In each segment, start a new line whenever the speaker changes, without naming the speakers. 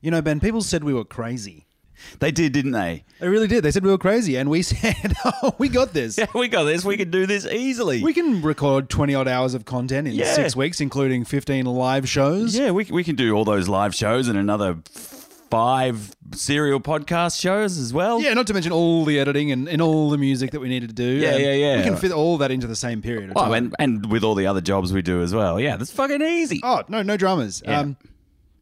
You know, Ben, people said we were crazy.
They did, didn't they?
They really did. They said we were crazy, and we said, "Oh, we got this.
Yeah, we got this. We can do this easily.
We can record twenty odd hours of content in
Yeah.
six weeks, including fifteen live shows."
yeah, we, we can do all those live shows and another five serial podcast shows as well.
Yeah, not to mention all the editing and, and all the music that we needed to do.
Yeah,
And
yeah, yeah.
We can fit all that into the same period. Of time.
Oh, and, and with all the other jobs we do as well. Yeah, that's fucking easy.
Oh no, no dramas. Yeah. Um,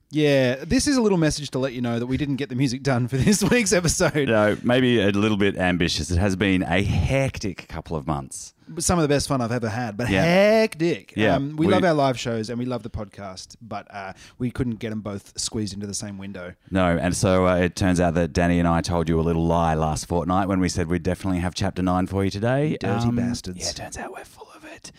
yeah, this is a little message to let you know that we didn't get the music done for this week's episode.
No, maybe a little bit ambitious. It has been a hectic couple of months.
But Some of the best fun I've ever had, but
Yeah.
hectic.
Yeah,
um, we,
we-
love our live shows and we love the podcast, but uh, we couldn't get them both squeezed into the same window.
No, and so uh, it turns out that Danny and I told you a little lie last fortnight when we said we'd definitely have chapter nine for you today. Um,
dirty bastards.
Yeah, turns out we're full of it.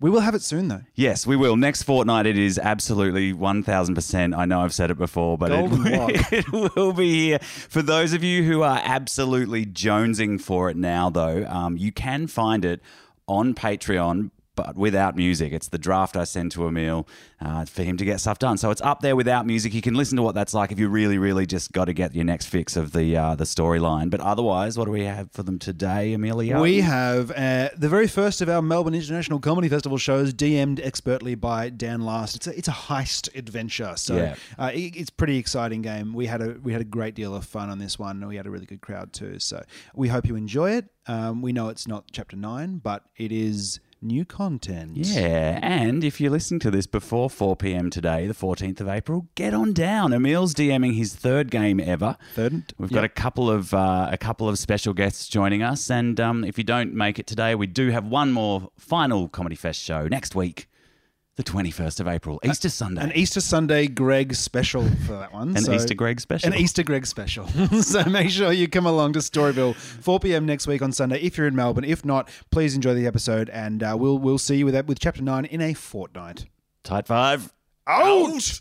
We will have it soon though.
Yes, we will. Next fortnight, it is absolutely 1000%. I know I've said it before, but it,
Golden lock.
it will be here. For those of you who are absolutely jonesing for it now, though, um, you can find it on Patreon. But without music, it's the draft I send to Emil uh, for him to get stuff done. So it's up there without music. You can listen to what that's like if you really, really just got to get your next fix of the uh, the storyline. But otherwise, what do we have for them today, Emilio?
We have uh, the very first of our Melbourne International Comedy Festival shows, DM'd expertly by Dan Last. It's a, it's a heist adventure, so
Yeah.
uh, it, it's a pretty exciting game. We had a we had a great deal of fun on this one, and we had a really good crowd too. So we hope you enjoy it. Um, we know it's not chapter nine, but it is new content.
Yeah, and if you're listening to this before 4 p.m. today, the 14th of April, get on down. Emil's DMing his third game ever.
Third?
We've got a couple of uh, a couple of special guests joining us, and um, if you don't make it today, we do have one more final Comedy Fest show next week, the 21st of April, Easter Sunday.
An Easter Sunday Greg special for that one.
An Easter Greg special.
An E- Easter Greg special. so make sure you come along to Storyville, 4 p.m. next week on Sunday if you're in Melbourne. If not, please enjoy the episode and uh, we'll we'll see you with that with chapter 9 in a fortnight.
Tight five.
Out!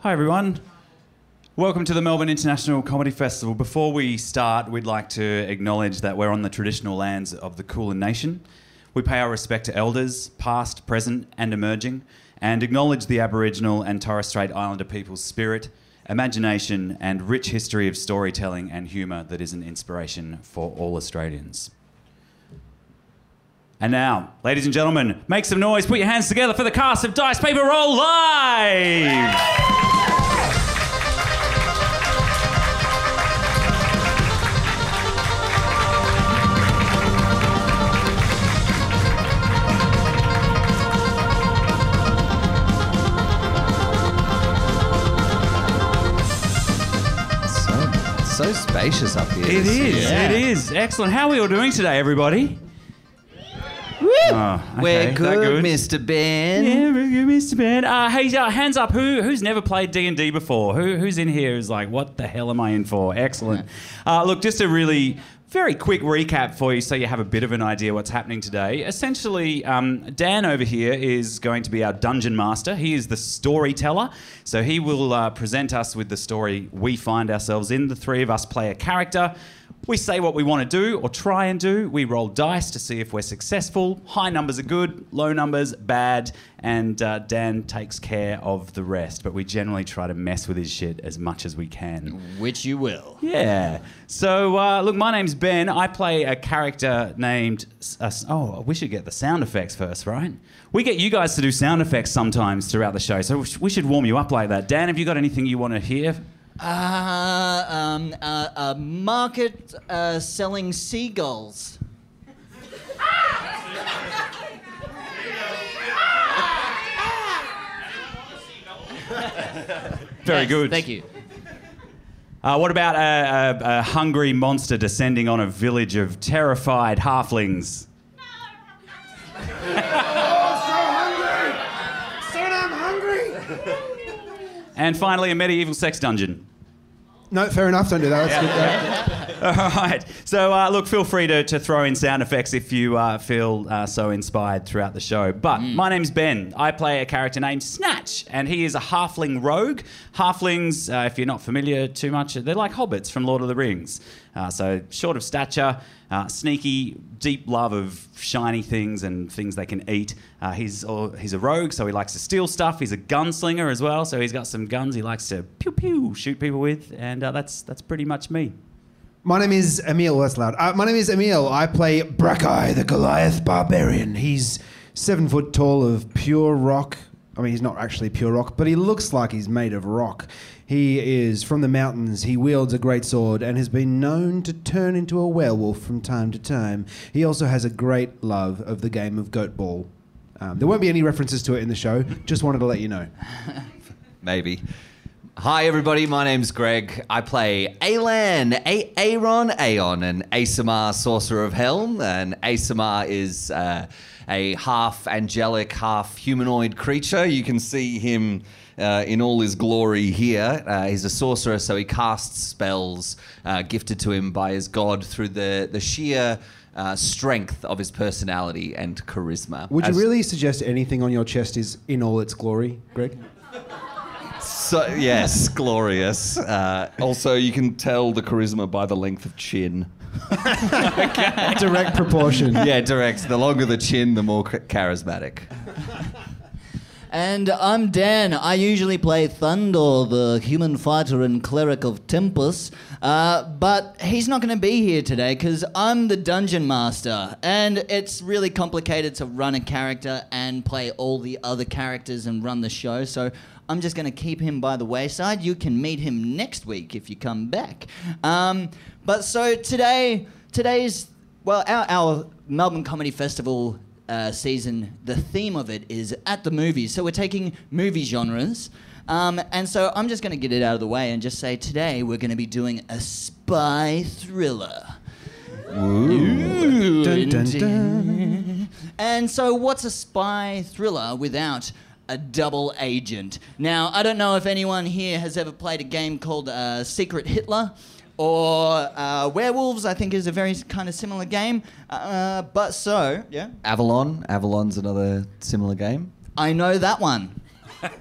Hi, everyone. Welcome to the Melbourne International Comedy Festival. Before we start, we'd like to acknowledge that we're on the traditional lands of the Kulin Nation. We pay our respect to elders, past, present, and emerging, and acknowledge the Aboriginal and Torres Strait Islander people's spirit, imagination, and rich history of storytelling and humour that is an inspiration for all Australians. And now, ladies and gentlemen, make some noise, put your hands together for the cast of Dice Paper Roll Live!
So, so spacious up here.
It
This
is.
year.
It is. Excellent. How are we all doing today, everybody? Oh, okay.
We're
That
good, Mr. Ben.
Yeah, we're good, Mr. Ben. Uh, hey, uh, hands up. Who who's never played D and D before? Who who's in here is like, what the hell am I in for? Excellent. Uh, look, just a really very quick recap for you, so you have a bit of an idea what's happening today. Essentially, um, Dan over here is going to be our dungeon master. He is the storyteller, so he will uh, present us with the story we find ourselves in. The three of us play a character. We say what we want to do or try and do. We roll dice to see if we're successful. High numbers are good, low numbers bad, and uh, Dan takes care of the rest. But we generally try to mess with his shit as much as we can.
Which you will.
Yeah. So, uh, look, my name's Ben. I play a character named. S- uh, S- oh, we should get the sound effects first, right? We get you guys to do sound effects sometimes throughout the show, so we sh- we should warm you up like that. Dan, have you got anything you want to hear?
Uh, um, uh, a market uh, selling seagulls.
Very
Yes,
good.
Thank you.
Uh, what about a, a, a hungry monster descending on a village of terrified halflings? And finally, a medieval sex dungeon.
No, fair enough. Don't do that. That's good.
All right. So, uh, look, feel free to, to throw in sound effects if you uh, feel uh, so inspired throughout the show. But my name's Ben. I play a character named Snatch, and he is a halfling rogue. Halflings, uh, if you're not familiar too much, they're like hobbits from Lord of the Rings. Uh, so short of stature, uh, sneaky, deep love of shiny things and things they can eat. Uh, he's or he's a rogue, so he likes to steal stuff. He's a gunslinger as well, so he's got some guns he likes to pew pew shoot people with, and uh, that's that's pretty much me.
My name is Emil. That's loud. Uh, my name is Emil. I play Brackeye, the Goliath barbarian. He's seven foot tall of pure rock. I mean, he's not actually pure rock, but he looks like he's made of rock. He is from the mountains. He wields a great sword and has been known to turn into a werewolf from time to time. He also has a great love of the game of goat ball. Um, there won't be any references to it in the show. Just wanted to let you know.
Maybe. Hi, everybody. My name's Greg. I play Alan, A- Aaron, Aeon, an Asamar sorcerer of Helm. And Asamar is uh, a half angelic, half humanoid creature. You can see him uh, in all his glory here. Uh, he's a sorcerer, so he casts spells uh, gifted to him by his god through the, the sheer. Uh, strength of his personality and charisma.
Would
As-
you really suggest anything on your chest is in all its glory, Greg?
So, yes, glorious. Uh, also, you can tell the charisma by the length of chin.
Direct proportion.
Yeah, direct. The longer the chin, the more ch- charismatic.
And I'm Dan. I usually play Thunder, the human fighter and cleric of Tempest. Uh, but he's not going to be here today because I'm the dungeon master. And it's really complicated to run a character and play all the other characters and run the show. So I'm just going to keep him by the wayside. You can meet him next week if you come back. Um, but so today, today's, well, our, our Melbourne Comedy Festival uh, season, the theme of it is at the movies. So we're taking movie genres. Um, and so I'm just going to get it out of the way and just say today we're going to be doing a spy thriller. Ooh.
Dun, dun, dun.
And so, what's a spy thriller without a double agent? Now, I don't know if anyone here has ever played a game called uh, Secret Hitler or uh, Werewolves, I think is a very kind of similar game. Uh, but so, yeah,
Avalon. Avalon's another similar game.
I know that one.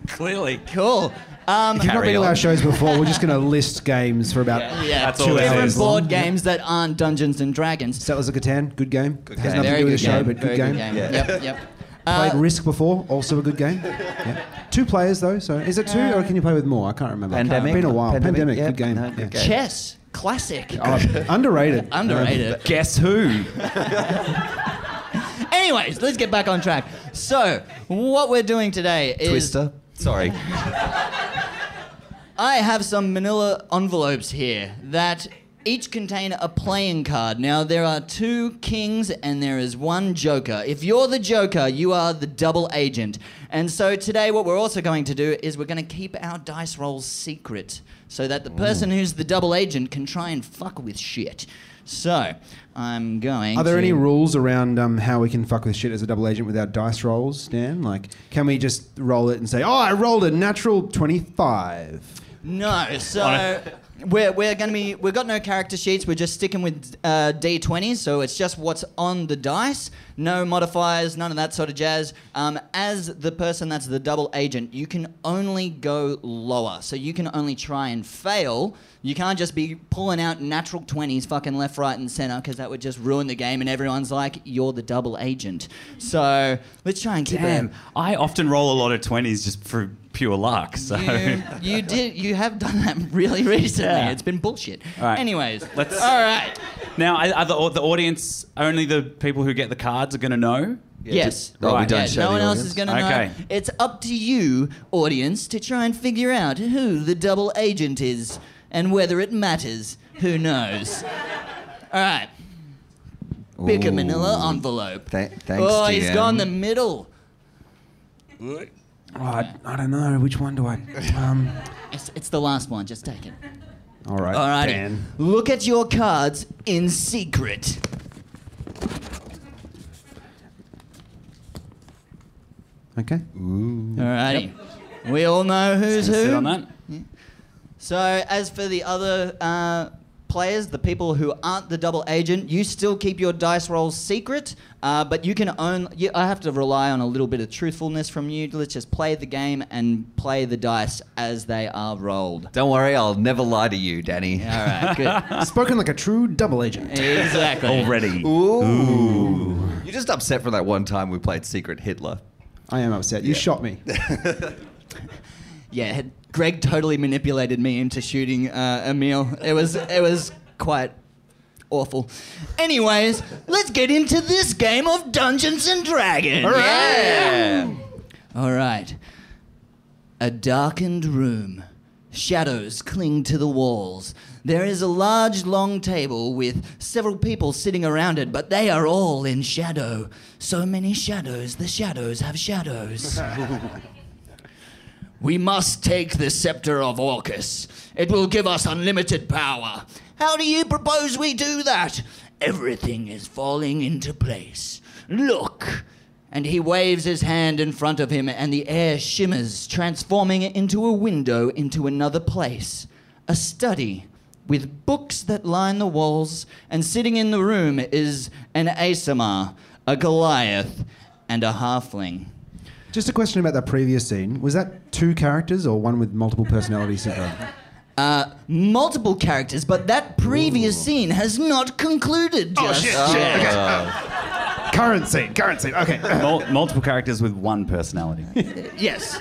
Clearly,
Cool. Um,
If you've not
Carry
been to
on.
our shows before, we're just going to list games for about.
yeah,
That's all
two
it
different
is.
board games that aren't Dungeons and Dragons.
Settlers of Catan, good game. Has
game.
nothing to do with the show,
game,
but good
very
game.
Yep, yep. Uh,
Played Risk before, also a good game. Yeah. Two players though, so is it two or can you play with more? I can't remember.
Pandemic.
Been a while. Pandemic,
Pandemic,
good
yeah.
game.
No, good
Yeah.
game.
Chess, classic.
Oh, underrated.
Underrated.
guess who?
Anyways, let's get back on track. So, what we're doing today is
Twister. Sorry.
I have some manila envelopes here that each contain a playing card. Now, there are two kings and there is one joker. If you're the joker, you are the double agent. And so, today, what we're also going to do is we're going to keep our dice rolls secret so that the person who's the double agent can try and fuck with shit. So, I'm
Um,
going.
Are there
to-
any rules around um, how we can fuck with shit as a double agent without dice rolls, Dan? Like, can we just roll it and say, "Oh, I rolled a natural twenty-five?
No, so we're, we're gonna be we've got no character sheets. We're just sticking with uh, d20s, so it's just what's on the dice, no modifiers, none of that sort of jazz. Um, as the person that's the double agent, you can only go lower, so you can only try and fail. You can't just be pulling out natural 20s fucking left, right, and center because that would just ruin the game, and everyone's like, "You're the double agent." So let's try and keep it.
Damn, I often roll a lot of twenties just for pure luck. So
You, you did. You have done that really recently.
Yeah.
It's been bullshit.
All right.
Anyways,
Let's-
All right.
now, are are the, the audience only the people who get the cards are going to know?
yes.
Oh, we
Right.
don't
Yeah,
show
no
the
one else
audience.
is going to
Okay.
know. It's up to you, audience, to try and figure out who the double agent is and whether it matters. Who knows? All right. Pick a manila envelope.
Th- thanks,
oh, he's
DM.
gone the middle.
Oh, I, I don't know. Which one do I? Um,
It's, it's the last one. Just take it.
all right.
All right.
Dan.
Look at your cards in secret.
Okay.
Alrighty. We all know who's
Sit
who.
on that.
So as for the other uh, players, the people who aren't the double agent, you still keep your dice rolls secret, uh, but you can own. You, I have to rely on a little bit of truthfulness from you. Let's just play the game and play the dice as they are rolled.
Don't worry, I'll never lie to you, Danny.
All right, good.
Spoken like a true double agent.
exactly.
already.
You're just upset for that one time we played Secret Hitler.
I am upset. You shot me.
Yeah, Greg totally manipulated me into shooting uh, Emil. It was it was quite awful. Anyways, let's get into this game of Dungeons and Dragons.
Yeah.
All right. A darkened room. Shadows cling to the walls. There is a large, long table with several people sitting around it, but they are all in shadow. So many shadows, the shadows have shadows. we must take the scepter of Orcus. It will give us unlimited power. How do you propose we do that? Everything is falling into place. Look! And he waves his hand in front of him, and the air shimmers, transforming it into a window into another place. A study with books that line the walls, and sitting in the room is an Asamar, a Goliath, and a halfling.
Just a question about that previous scene. Was that two characters or one with multiple personality syndrome?
Uh, multiple characters, but that previous scene has not concluded. Just.
current scene. Current scene. Okay.
Mul- multiple characters with one personality.
Yes.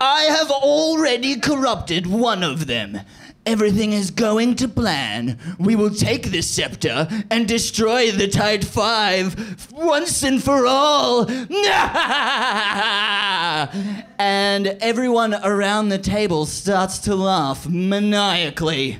I have already corrupted one of them. Everything is going to plan. We will take this scepter and destroy the Tide Five once and for all. and everyone around the table starts to laugh maniacally.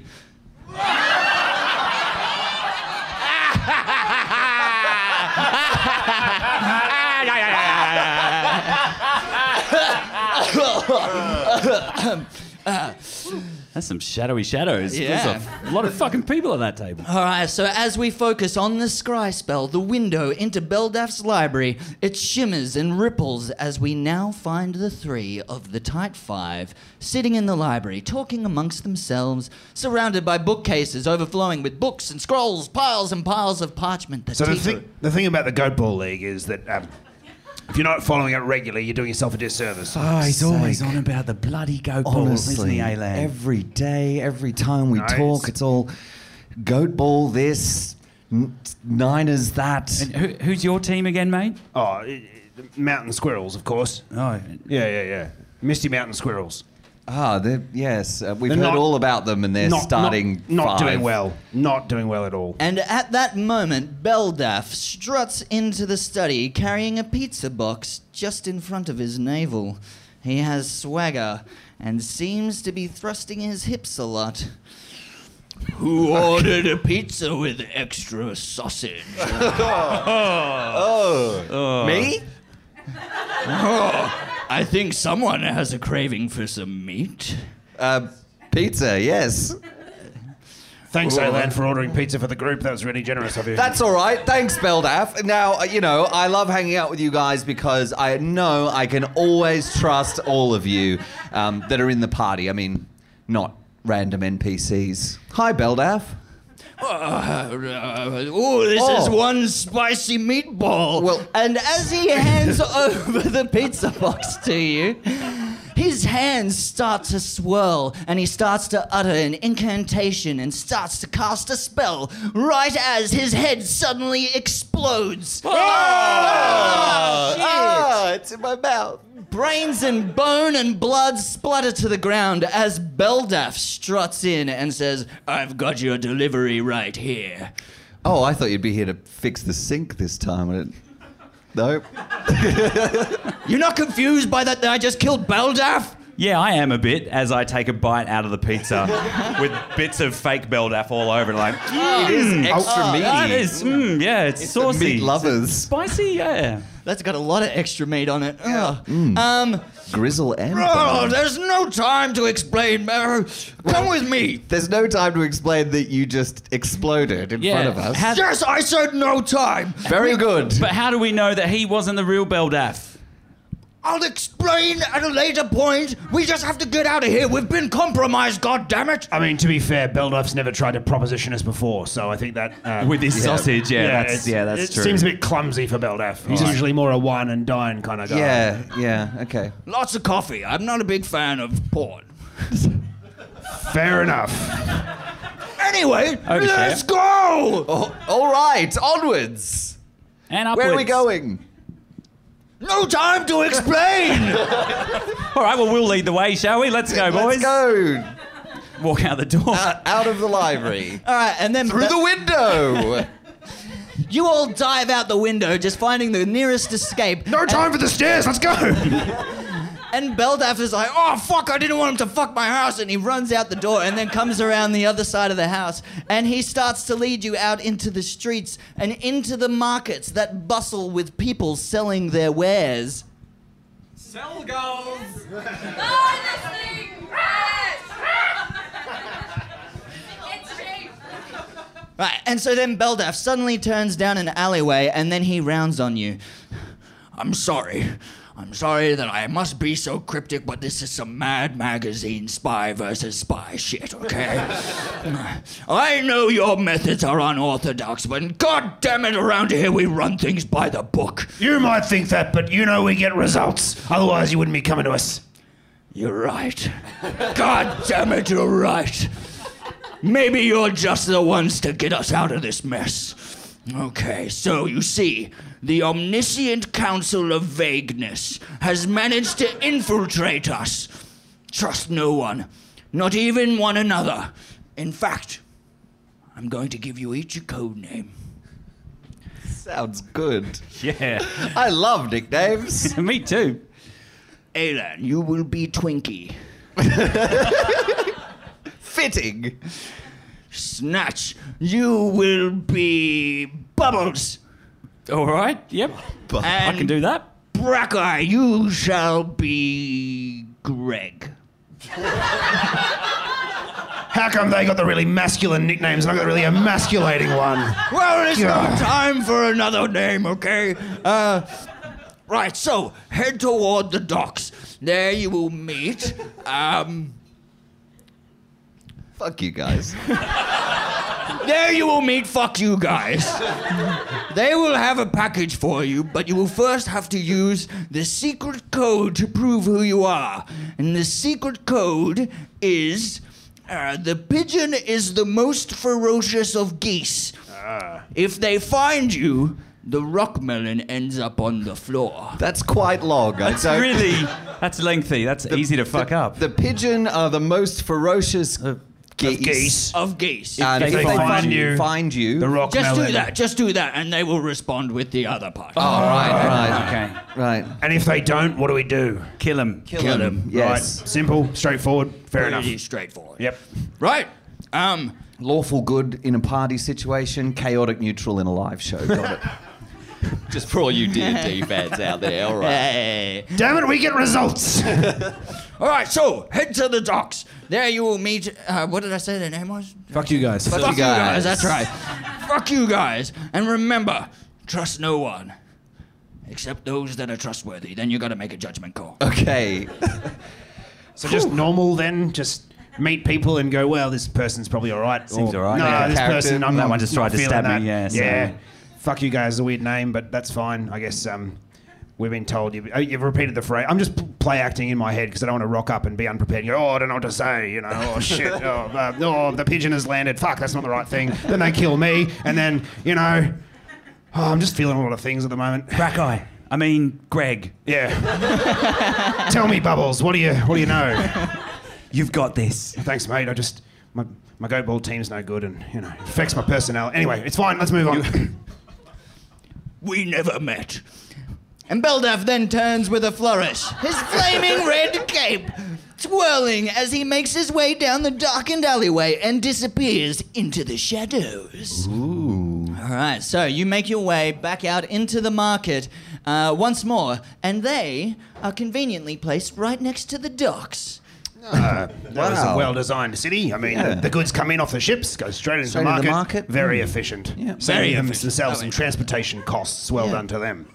That's some shadowy shadows.
Yeah.
There's a lot of fucking people at that table.
All right, so as we focus on the scry spell, the window into Beldaf's library, it shimmers and ripples as we now find the three of the tight five sitting in the library, talking amongst themselves, surrounded by bookcases overflowing with books and scrolls, piles and piles of parchment. That
So the
teeter-
thing, the thing about the Goat Ball League is that um, if you're not following it regularly, you're doing yourself a disservice.
Oh, he's always on about the bloody go balls, isn't he, Alan?
every day, every time we
Nice.
talk, it's all goat ball this, n- Niners that.
And who, who's your team again, mate?
Oh, i- i- the mountain squirrels, of course.
Oh,
Yeah, yeah, yeah. Misty Mountain Squirrels.
Ah, they're yes, uh, we've
They're
heard
not-
all about them, and they're
not,
starting
Not, not
five.
doing well. Not doing well at all.
And at that moment, Beldaf struts into the study carrying a pizza box just in front of his navel. He has swagger and seems to be thrusting his hips a lot. Who ordered a pizza with extra sausage?
Me?
I think someone has a craving for some meat.
Uh, pizza, yes.
Thanks, Alan, for ordering pizza for the group. That was really generous of you.
That's all right. Thanks, Beldaf. Now, uh, you know, I love hanging out with you guys because I know I can always trust all of you um, that are in the party. I mean, not random NPCs. Hi, Beldaf.
oh, Uh, this
Oh.
is one spicy meatball.
Well-
and as he hands over the pizza box to you, his hands start to swirl and he starts to utter an incantation and starts to cast a spell right as his head suddenly explodes.
Ah, it's in my mouth.
Brains and bone and blood splatter to the ground as Beldaf struts in and says, I've got your delivery right here.
Oh, I thought you'd be here to fix the sink this time. and it- Nope.
Oh,
You're not confused by that that I just killed Beldaf?
yeah, I am a bit as I take a bite out of the pizza with bits of fake Beldaf all over it. Like, mm.
It is
oh,
extra meaty.
that is, mm, yeah, it's,
The
saucy.
Meat lovers.
Spicy, yeah.
That's got a lot of extra meat on it. Ugh.
Mm.
Um,
Grizzle and
oh,
bun.
there's no time to explain. uh, Come with me.
There's no time to explain that you just exploded in
Yeah.
front of us.
How-
Yes, I said no time.
Very good.
But how do we know that he wasn't the real Beldaf?
I'll explain at a later point. We just have to get out of here. We've been compromised, God damn it!
I mean, to be fair, Belduf's never tried to proposition us before, so I think that. Uh,
With his sausage, yeah, that's,
it's-
yeah, that's
it
true.
seems a bit clumsy for Belduf. He's usually more a wine and dine kind of guy.
Yeah, yeah, okay.
Lots of coffee. I'm not a big fan of porn.
Fair enough.
Anyway, let's go!
Oh, all right, onwards.
and upwards.
Where are we going?
No time to explain!
All right, well, we'll lead the way, shall we? Let's go, boys.
Let's go
Walk out the door.
uh, out of the library
All right, and then
through the window.
you all dive out the window, just finding the nearest escape.
No time for the stairs. Let's go.
And Beldaf is like, oh fuck, I didn't want him to fuck my house. And he runs out the door and then comes around the other side of the house. And he starts to lead you out into the streets and into the markets that bustle with people selling their wares. Right, and so then Beldaf suddenly turns down an alleyway and then he rounds on you. I'm sorry. I'm sorry that I must be so cryptic, but this is some mad magazine spy versus spy shit, okay? I know your methods are unorthodox, but god damn it, around here we run things by the book.
You might think that, but you know we get results. Otherwise, you wouldn't be coming to us.
You're right. God damn it, you're right. Maybe you're just the ones to get us out of this mess. Okay, so you see, the omniscient Council of Vagueness has managed to infiltrate us. Trust no one, not even one another. In fact, I'm going to give you each a code name.
Sounds good.
yeah,
I love nicknames.
me too.
Alan, you will be Twinkie.
Fitting.
Snatch, you will be Bubbles.
All right, yep. I
And
can do that.
Brackeye, you shall be Greg.
How come they got the really masculine nicknames and I got the really emasculating one?
Well, it's
Yeah.
not time for another name, okay? Uh, right, so head toward the docks. There you will meet. Um,
Fuck you guys.
there you will meet. Fuck you guys. they will have a package for you, but you will first have to use the secret code to prove who you are. And the secret code is. Uh, the pigeon is the most ferocious of geese.
Ah.
If they find you, the rockmelon ends up on the floor.
That's quite long. I
That's
don't-
really, that's lengthy. That's easy to fuck up. Uh,
The pigeon are the most ferocious geese.
Geese.
Of geese.
And if they, find, you,
you-
find you.
The rock
just
melon.
do that, just do that, and they will respond with the other part.
oh, right, right,
Okay,
right.
And if they don't, what do we do?
kill him.
Kill them.
Yes.
Right. Simple, straightforward, fair enough.
Pretty straightforward.
Yep.
Right. Um,
Lawful good in a party situation, chaotic neutral in a live show. Got it.
Just for all you D&D fans out there, all right.
hey.
Damn it, we get results.
All right, so head to the docks. There you will meet. Uh, what did I say their name was?
Fuck you guys.
Fuck you
guys.
guys. That's right. Fuck you guys. And remember, trust no one except those that are trustworthy. Then you got to make a judgment call.
Okay.
so just normal then, just meet people and go, well, this person's probably all right.
Seems
Or,
all right.
No,
Yeah,
this
character,
person, I'm
that
not,
one just
not
tried to
feeling
stab me,
that.
yeah, so-
Yeah. Fuck you guys is a weird name, but that's fine. I guess um, we've been told you, oh, you've repeated the phrase. I'm just p- play acting in my head because I don't want to rock up and be unprepared. And go, oh, I don't know what to say. You know, oh shit, oh, uh, oh, the pigeon has landed. Fuck, that's not the right thing. Then they kill me, and then you know, oh, I'm just feeling a lot of things at the moment.
Brackeye. I mean, Greg.
Yeah. Tell me, Bubbles, what do you what do you know?
You've got this.
Thanks, mate. I just my my go ball team's no good, and you know it affects my personality. Anyway, it's fine. Let's move on.
We never met. And Beldaf then turns with a flourish, his flaming red cape twirling as he makes his way down the darkened alleyway and disappears into the shadows. Ooh. All right, so you make your way back out into the market uh, once more, and they are conveniently placed right next to the docks.
That was a
Wow.
well-designed city. I mean, the, the goods come in off the ships, go straight into
Straight
the
into
market. Hmm.
the market.
Very efficient. Oh,
Yeah.
Saving them themselves in transportation costs. Well done to them.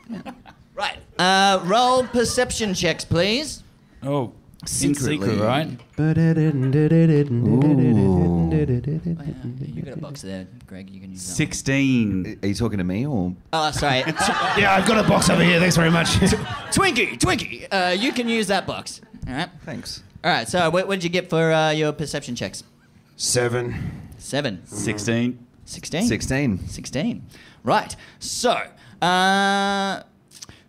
Right. Uh, roll perception checks, please.
Oh, secretly. in secret, right?
You got a box there, Greg. You can use that.
16.
Are you talking to me or?
Oh, sorry. T-
Yeah, I've got a box over here. Thanks very much.
Twinkie, Twinkie. Uh, you can use that box. All right.
Thanks.
All right. So, what, what did you get for uh, your perception checks?
Seven.
Seven.
16.
16.
16.
16. Right. So, uh,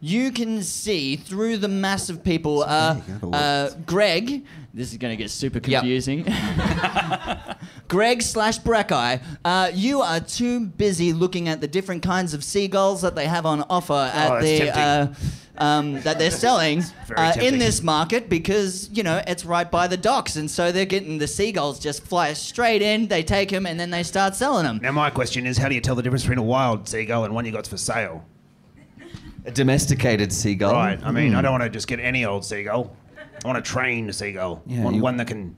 you can see through the mass of people, uh, uh, Greg, this is going to get super confusing. Greg slash Brackeye, uh, you are too busy looking at the different kinds of seagulls that they have on offer at
Oh, that's
the.
tempting.
Uh, um, that they're selling
very
uh, in
tempting.
this market because you know it's right by the docks, and so they're getting the seagulls just fly straight in. They take them and then they start selling them.
Now, my question is how do you tell the difference between a wild seagull and one you got's for sale?
A domesticated seagull.
Right. I mean, I don't want to just get any old seagull. I want to train a seagull. I want
you-
one that can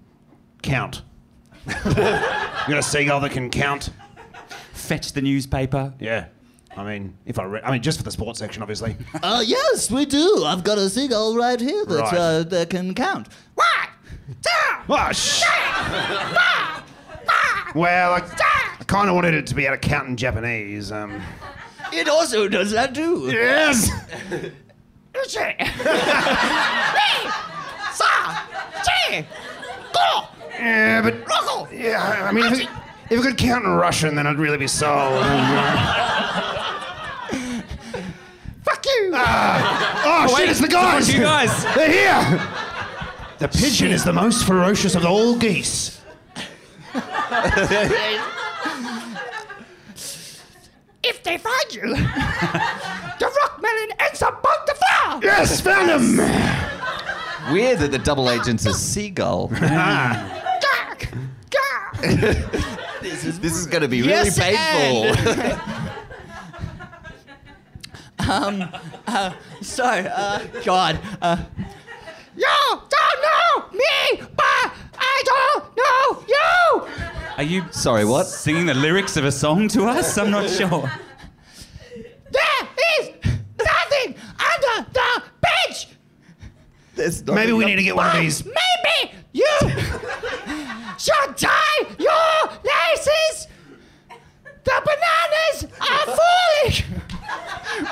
count. you got a seagull that can count?
Fetch the newspaper.
Yeah. I mean, if I, re- I mean, just for the sports section, obviously.
Uh, yes, we do. I've got a seagull right here that,
Right.
uh, that can count.
Oh, shit! well, I, I kind of wanted it to be out of count in Japanese. Um,
It also does that too.
yes! yeah, but. Yeah, I mean, if it, if it could count in Russian, then I'd really be sold. Fuck you! oh, shit, it's the guys!
You guys!
They're here! The pigeon is the most ferocious of all geese.
If they find you, the rockmelon ends up on the floor.
Yes, found him!
Weird that the double agent's a seagull. this is, this is going to be really
Yes,
painful.
So, Um, uh, God. Uh, you don't know me, but I don't know you.
Are you
Sorry, what?
singing the lyrics of a song to us? I'm not sure.
There is nothing under the bench.
Maybe we need to get one of these.
Maybe you should tie your laces. The bananas are falling.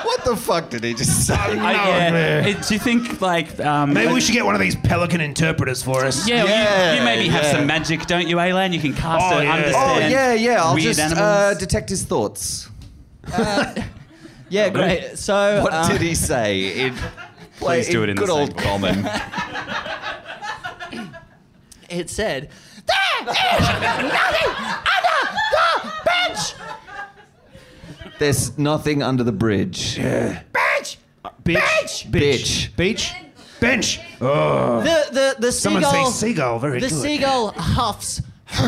What the fuck did he just say?
I, yeah.
man.
It- do you think, like. Um,
Oh, Maybe we should get one of these pelican interpreters for us.
Yeah,
Yeah,
you, you maybe have
yeah.
some magic, don't you, Aylan? You can cast
Oh,
it,
yeah.
Oh,
understand.
yeah, yeah. I'll
weird
just
animals.
uh, detect his thoughts.
Yeah, great. So,
What
um,
did he say? In, play
Please do it in the
good
same
old
voice.
common.
it said, There is nothing under the bench.
There's nothing under the bridge.
Bench.
Bitch!
Bitch.
Beach? Bench! Oh.
The, the, the
Someone
seagull.
say seagull, very
the
good.
seagull huffs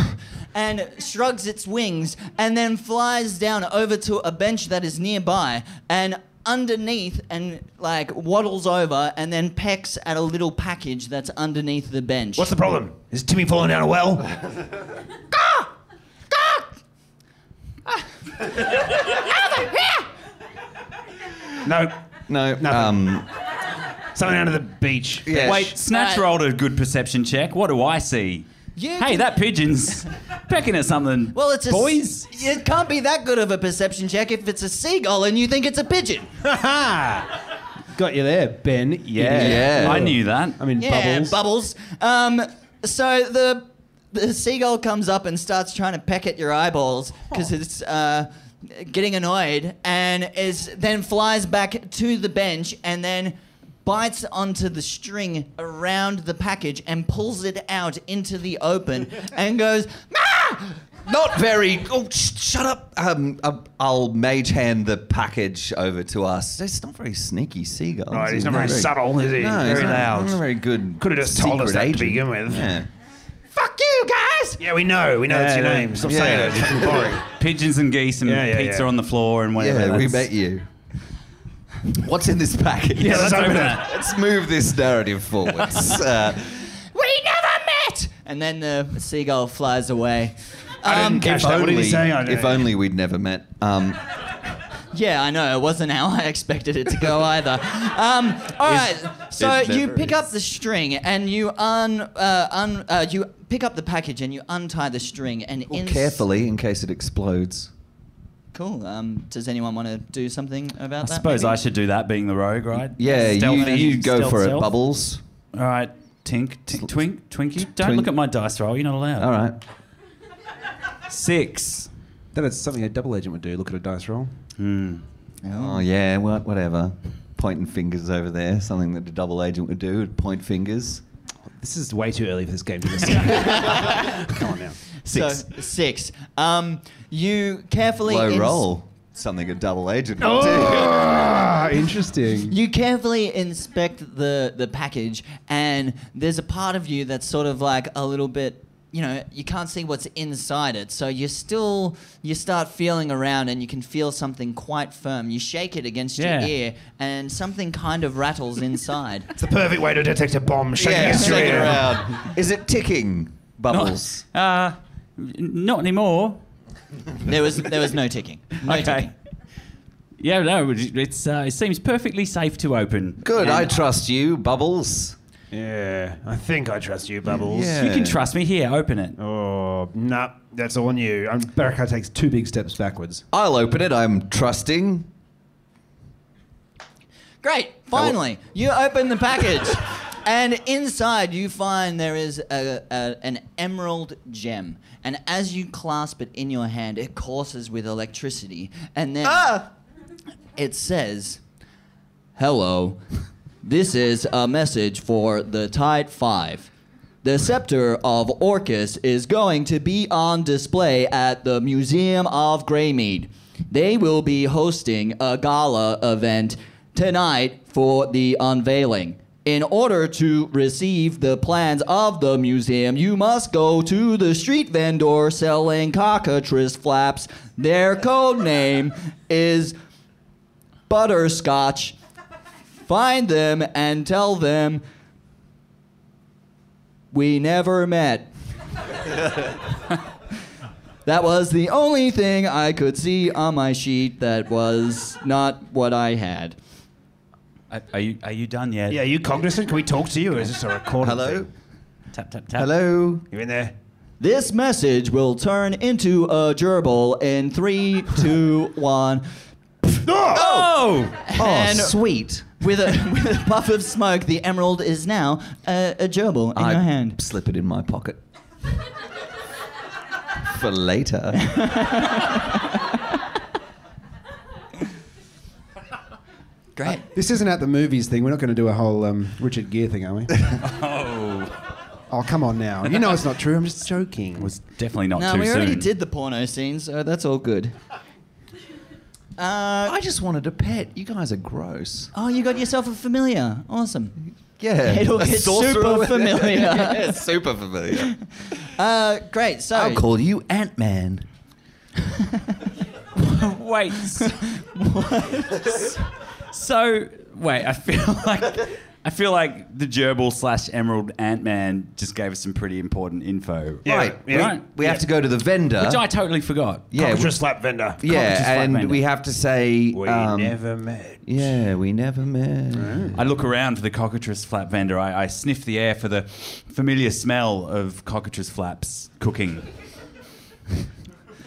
and shrugs its wings and then flies down over to a bench that is nearby and underneath and like waddles over and then pecks at a little package that's underneath the bench.
What's the problem? Is Timmy falling down a well? no,
No. Um,
something under the beach.
yeah,
Wait, Snatch
Alright.
rolled a good perception check. What do I see?
You
hey,
can-
that pigeon's pecking at something.
well, it's a s-
boys.
it can't be that good of a perception check if it's a seagull and you think it's a pigeon.
Got you there, Ben.
Yeah.
I knew that.
I mean,
Yeah,
bubbles.
bubbles. Um, so the the seagull comes up and starts trying to peck at your eyeballs because it's uh, getting annoyed, and is then flies back to the bench and then bites onto the string around the package and pulls it out into the open and goes. "Ah!"
Not very. Oh, sh- shut up. Um, uh, I'll mage hand the package over to us. It's not very sneaky, seagull.
Right,
is
he's
it?
not very subtle, is he?
No,
Very
he's not-
loud.
Not a very good.
Coulda just told us
secret
that to
agent.
begin with.
Yeah.
Fuck you guys!
Yeah, we know. We know that's your name. Stop
yeah.
saying it. It's fucking boring.
Pigeons and geese and
Yeah, yeah,
pizza
yeah.
on the floor and whatever.
Yeah, we
that's-
met you. What's in this package?
Yeah, let's open it.
Let's move this narrative forwards. Uh,
We never met! And then the seagull flies away. Um,
I didn't catch that. What did he say? I don't
if
know.
only we'd never met. Um,
Yeah, I know. It wasn't how I expected it to go either. Um, all right. So
his
you pick up the string and you un, uh, un uh, you pick up the package and you untie the string and ins-
Carefully, in case it explodes.
Cool. Um, does anyone want to do something about
I
that?
suppose I
maybe?
should do that, being the rogue, right?
Yeah, you,
Stealthy,
you go
stealth,
for it,
stealth.
Bubbles.
All right, Tink, tink Twink, Twinkie. Don't
twink.
look at my dice roll. You're not allowed.
All right.
Six.
That is something a double agent would do. Look at a dice roll.
Oh, yeah, wha- whatever. Pointing fingers over there, something that a double agent would do, would point fingers.
This is way too early for this game to listen. Come on now.
So, six. Um, you carefully
Low
ins-
roll, something a double agent would
Ah, interesting.
You carefully inspect the the package, and there's a part of you that's sort of like a little bit. You know, you can't see what's inside it, so you still you start feeling around, and you can feel something quite firm. You shake it against
Yeah.
your ear, and something kind of rattles inside.
It's the perfect way to detect a bomb.
do.
Shaking
Yeah,
it through
shake it
air.
around. Is it ticking, Bubbles?
Uh, n- not anymore.
there was there was no ticking. No
okay.
ticking.
Yeah, no, it- it's uh, it seems perfectly safe to open.
Good, I
And
trust you, Bubbles.
Yeah, I think I trust you, Bubbles.
Yeah.
you can trust me. Here, open it.
Oh, nah, that's all on you. I'm
Baraka takes two big steps backwards.
I'll open it, I'm trusting.
Great! Finally, you open the package, and inside you find there is a, a, an emerald gem. And as you clasp it in your hand, it courses with electricity. And then it says, "Hello, this is a message for the Tide Five. The scepter of Orcus is going to be on display at the Museum of Greymead. They will be hosting a gala event tonight for the unveiling. In order to receive the plans of the museum, you must go to the street vendor selling cockatrice flaps. Their code name is Butterscotch. Find them and tell them we never met. that was the only thing I could see on my sheet that was not what I had.
Are, are you are you done yet?
Yeah, are you cognizant? Can we talk to you? Or is this a recording?
Hello?
thing?
Tap tap tap.
Hello?
You in there?
This message will turn into a gerbil in three, two, one.
Oh,
Oh,
And-
sweet.
With a, with a puff of smoke, the emerald is now uh, a, a gerbil in your hand.
slip it in my pocket. For later.
Great.
This isn't at the movies thing. We're not going to do a whole um, Richard Gere thing, are we? oh. Oh, come on now. You know it's not true. I'm just joking.
was definitely not
No,
too
we already
soon.
did the porno scene, so that's all good. Uh,
I just wanted a pet. You guys are gross.
oh, you got yourself a familiar. Awesome.
Yeah.
It'll
a
get
sorcerer
super
with-
familiar.
yeah, super familiar.
Uh, great. So,
I'll call you Ant Man.
Wait. s- so wait, I feel like I feel like the gerbil slash emerald ant man just gave us some pretty important info.
Yeah,
right.
yeah.
We, we have to go to the vendor.
Which I totally forgot.
yeah.
Cockatrice
we-
slap vendor.
Cockatrice
yeah,
Flight
and
Vendor.
we have to say.
We
um,
never met.
Yeah, we never met.
I look around for the cockatrice flap vendor. I, I sniff the air for the familiar smell of cockatrice flaps cooking.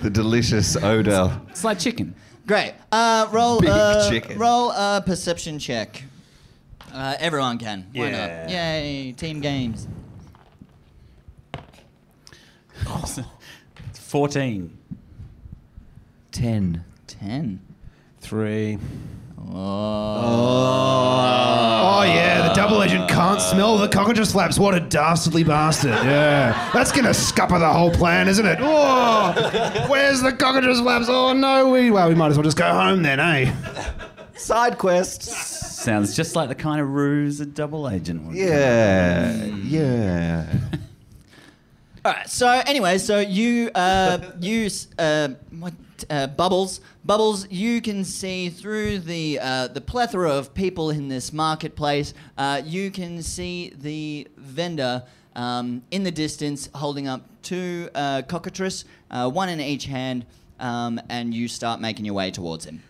The delicious odor.
It's like chicken.
great. Uh, roll
Big
a
chicken.
roll a perception check. Uh, everyone can. Why not?
Yeah.
Yay! Team games.
It's 14.
Ten.
Ten.
Three.
Oh, yeah, the double
Ah.
agent can't smell the cockatrice flaps. What a dastardly bastard. Yeah. That's going to scupper the whole plan, isn't it? Oh, where's the cockatrice flaps? Oh, no. We, well, we might as well just go home then, eh?
Side quests.
Sounds just like the kind of ruse a double agent would.
Yeah. Yeah.
All right. So anyway, so you uh, use uh, what uh, bubbles? Bubbles. You can see through the uh, the plethora of people in this marketplace. Uh, you can see the vendor um, in the distance holding up two uh, cockatrice, uh, one in each hand, um, and you start making your way towards him.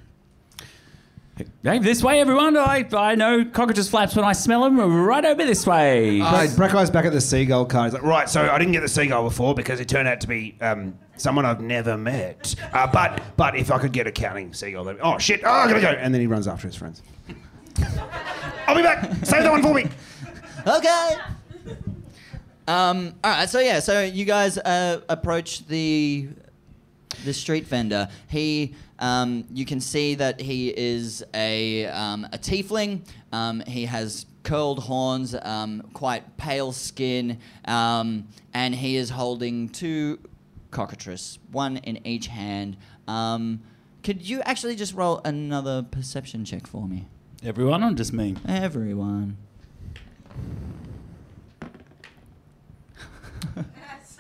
Hey, this way, everyone. I, I know cockroaches' flaps when I smell them. Right over this way.
Brackey's back at the seagull car. He's like, right.
Right, so I didn't get the seagull before because it turned out to be um, someone I've never met. Uh, but but if I could get a counting seagull, that'd be, oh shit, oh, I gotta go. And
And then he runs after his friends.
I'll be back. Save that one for me.
Okay. Um, all right. So yeah. So you guys uh, approach the the street vendor. He. Um, you can see that he is a um, a tiefling. Um, he has curled horns, um, quite pale skin, um, and he is holding two cockatrice, one in each hand. Um, could you actually just roll another perception check for me,
Everyone or just me?
everyone?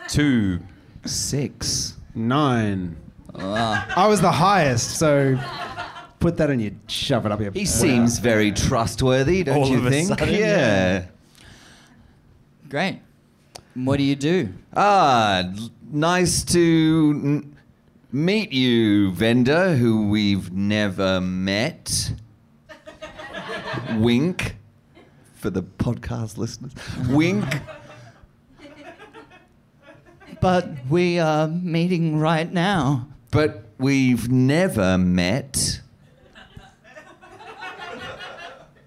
Two.
Six. Nine.
Ah.
I was the highest, so put that in your shove it up your.
He seems very trustworthy, don't
All
you
of a
think?
sudden,
yeah.
Great. What do you do?
Ah, l- nice to n- meet you, vendor, who we've never met. Wink for the podcast listeners. Wink.
But we are meeting right now.
But we've never met.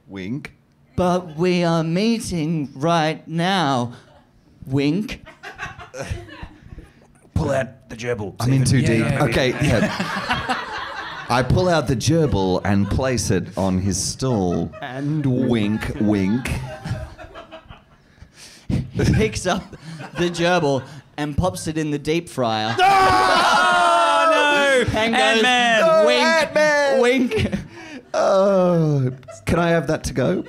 Wink.
But we are meeting right now. Wink.
Pull out the gerbil.
I'm in too
Yeah,
deep.
yeah,
okay, yeah. I pull out the gerbil and place it on his stall. And wink, wink.
He picks up the gerbil and pops it in the deep fryer.
Oh, no!
And goes,
Ant-Man!
wink,
Ant-Man!
wink.
Oh, can I have that to go?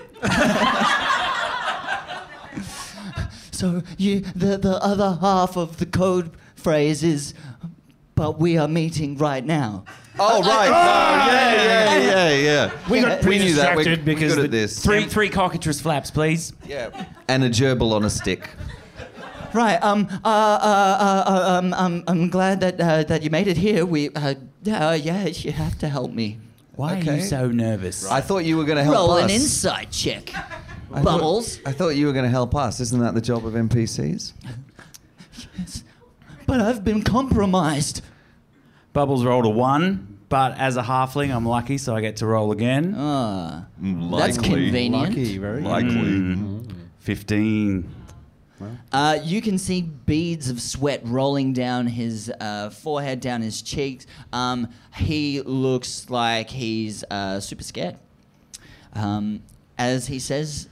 So you, the, the other half of the code phrase is, but we are meeting right now.
Oh right! Oh, yeah, yeah, yeah, yeah. We
Ah! got pretty distracted
We're,
because
good
the
at this.
Three, three cockatrice flaps, please.
Yeah. And a gerbil on a stick.
Right. Um. Uh. Uh. uh, uh um. Um. I'm glad that uh, that you made it here. We. Uh. uh yeah. You have to help me.
Why are
Okay.
you so nervous?
I thought you were going to help
Roll
us.
an insight check.
I thought-
Bubbles.
I thought you were going to help us. Isn't that the job of NPCs?
But I've been compromised.
Bubbles rolled a one, but as a halfling, I'm lucky, so I get to roll again.
Oh.
Ah. that's
Likely.
convenient. Hmm.
Lucky, very.
Likely.
Mm. 15.
Uh, you can see beads of sweat rolling down his uh, forehead, down his cheeks. Um, he looks like he's uh, super scared. Um, as he says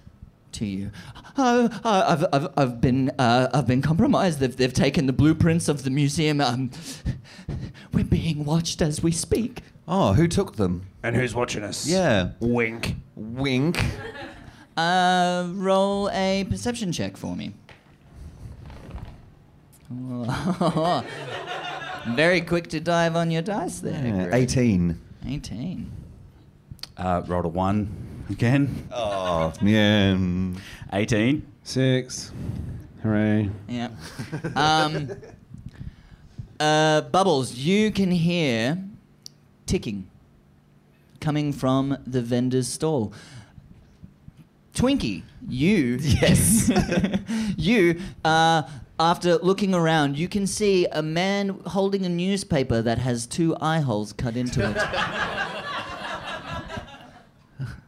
to you, oh, oh, I've, I've, I've, been, uh, I've been compromised. They've, they've taken the blueprints of the museum. Um, we're being watched as we speak.
Oh, who took them?
And who's watching us?
Yeah.
Wink.
Wink.
Uh, roll a perception check for me. Very quick to dive on your dice there.
Yeah,
Greg.
Eighteen.
18.
Uh, rolled a one again.
Oh, yeah.
18.
Six. Hooray.
Yeah. Um, uh, Bubbles, you can hear ticking coming from the vendor's stall. Twinkie, you. Yes. you, uh, after looking around, you can see a man holding a newspaper that has two eye holes cut into it.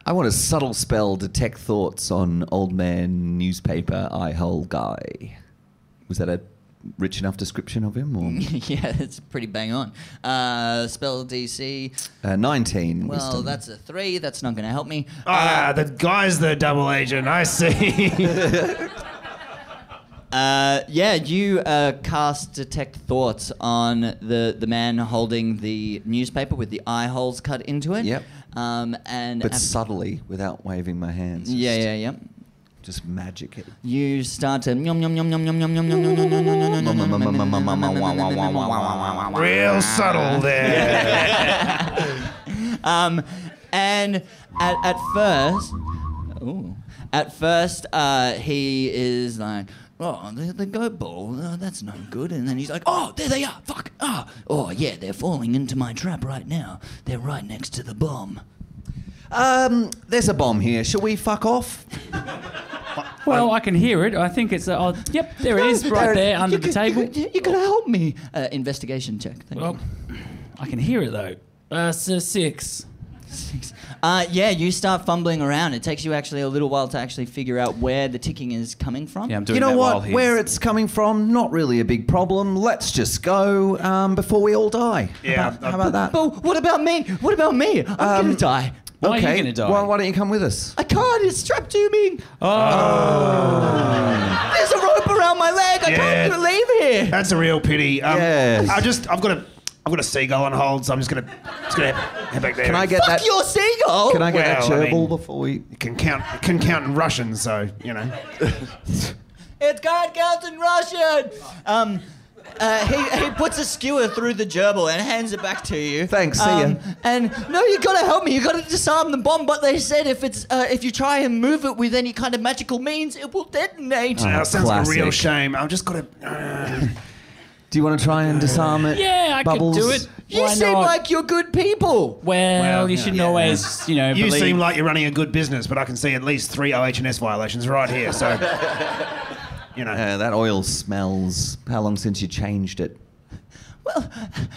I want a subtle spell detect thoughts on old man newspaper eye hole guy. Was that a rich enough description of him? Or?
yeah, it's pretty bang on. Uh, spell DC.
Uh, Nineteen.
Well,
wisdom.
that's a three. That's not going to help me.
Ah, the guy's the double agent. I see.
Uh, yeah, you uh, cast detect thoughts on the, the man holding the newspaper with the eye holes cut into it.
Yep.
Um, and
but
ab-
subtly without waving my hands.
yeah,
just,
yeah, yeah.
Just magic it.
You start to yum yum yum yum yum yum yum yum yum yum yum yum yum yum yum
Mm-hmm.
yum yum yum yum
Real subtle there.
Um, and at, at first, ooh, at first, uh, he is like, oh, the, the goat ball, oh, that's no good. And then he's like, oh, there they are, fuck, ah, oh, yeah, they're falling into my trap right now. They're right next to the bomb.
Um, there's a bomb here. Shall we fuck off?
Well, I can hear it. I think it's. Uh, oh, yep, there it is, right there under the table.
You, you gotta help me. Uh, investigation check. Thank
Well,
you.
I can hear it though. Uh, so six.
Uh, yeah, you start fumbling around. It takes you actually a little while to actually figure out where the ticking is coming from.
Yeah, I'm doing
You know
that while
what?
he's-
Where it's coming from, not really a big problem. Let's just go um, before we all die.
Yeah,
How about, how about that?
But what about me? What about me? I'm
Um,
gonna die.
Why are you gonna die?
Well, why don't you come with us?
I can't. It's strapped to me. Oh. There's a rope around my leg. I
Yeah.
can't even leave here.
That's a real pity. Um,
Yes.
I just, I've got a, I've got a seagull on hold, so I'm just gonna, just gonna head back there.
Can I get
Fuck
that?
your seagull.
Can I get that
Well, I
gerbil
mean-
before we?
Can count, can count in Russian, so you know.
It's God counts in Russian. Um, uh, he, he puts a skewer through the gerbil and hands it back to you. Um,
Thanks, see ya.
And no, you gotta help me. You gotta disarm the bomb. But they said if it's uh, if you try and move it with any kind of magical means, it will detonate.
Now, it sounds like
Oh,
a
classic.
real shame. I've just uh, got to.
Do you want to try and disarm it?
Yeah, I
Bubbles.
could do it.
you
Why
seem
not?
like you're good people.
Well,
Well,
you
yeah.
shouldn't always, you know.
you
believe.
seem like you're running a good business, but I can see at least three OH&S violations right here. So, you know,
Uh, that oil smells. How long since you changed it?
Well,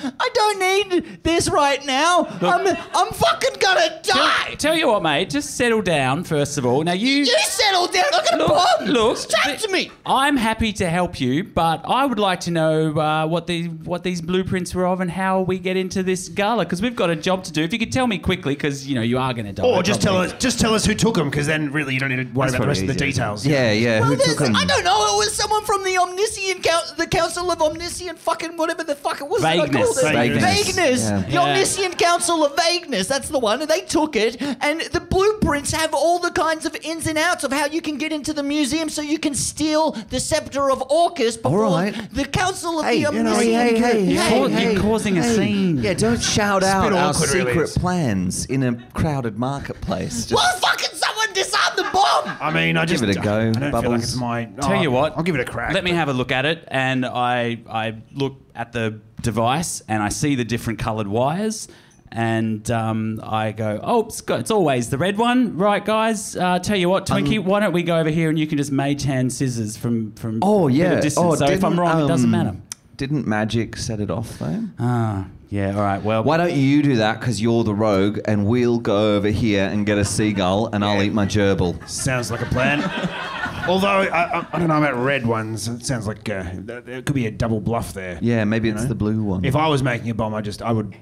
I don't need this right now. I'm I'm fucking gonna die.
Tell, tell you what, mate. Just settle down first of all. Now you.
You "Oh, settle down. I got a
Look,
bomb.
look
strapped
the-
to me.
I'm happy to help you, but I would like to know uh, what the what these blueprints were of and how we get into this gala because we've got a job to do. If you could tell me quickly, because you know you are going to die.
or just tell
probably.
us, just tell us who took them, because then really you don't need to worry about the rest of the details.
Yeah, yeah.
Well,
Who
there's-
took them?
I don't know. It was someone from the omniscient, coun the council of omniscient, fucking whatever the fuck it was. that I
Vagueness.
called it.
Vagueness.
Vagueness.
Yeah.
The
Yeah.
omniscient council of vagueness. That's the one. And they took it. And the blueprints have all the kinds of ins and outs of how you can get into the museum, so you can steal the scepter of Orcus before
All right.
the council of
Hey,
the
you know,
omniscient.
hey, hey, hey,
Hey,
You're,
hey.
you're causing a scene.
Yeah, don't shout out
bit
our
awkward,
secret
really, it's-
plans in a crowded marketplace. Just
Well, fucking someone disarm the bomb.
I mean, I
Give
just
it a go,
I don't feel like
Bubbles.
it's my. oh,
Tell you what,
I'll give it a crack.
Let me have a look at it, and I I look at the device, and I see the different coloured wires, and um, I go, oh, it's, got, it's always the red one, right, guys? Uh, tell you what, Twinkie, why don't we go over here, and you can just mage hand scissors from from
Oh
a bit of
yeah.
distance.
Oh,
so if I'm
didn't,
wrong, it doesn't
um,
matter.
Didn't magic set it off though?
Ah, yeah. All right. Well,
Why don't you do that? Because you're the rogue, and we'll go over here and get a seagull, and I'll eat my gerbil.
Sounds like a plan. Although I, I, I don't know about red ones. It sounds like uh, th- there could be a double bluff there.
Yeah, maybe it's the blue one.
If I was making a bomb, I just I would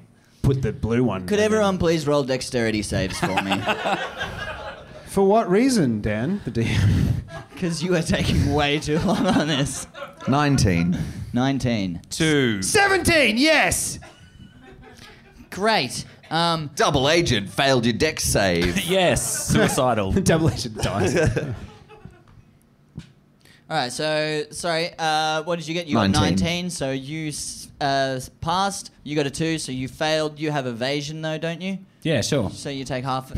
put the blue one.
Could everyone please roll dexterity saves for me?
For what reason, Dan? The DM.
Because you are taking way too long on this.
Nineteen.
19.
two.
Seventeen. Yes.
Great. Um,
Double agent failed your deck save.
Yes, suicidal.
Double agent dies.
all right, so, sorry, uh, what did you get? You got
19.
19, so you s- uh, passed. You got a 2, so you failed. You have evasion, though, don't you?
yeah, sure.
So you take half.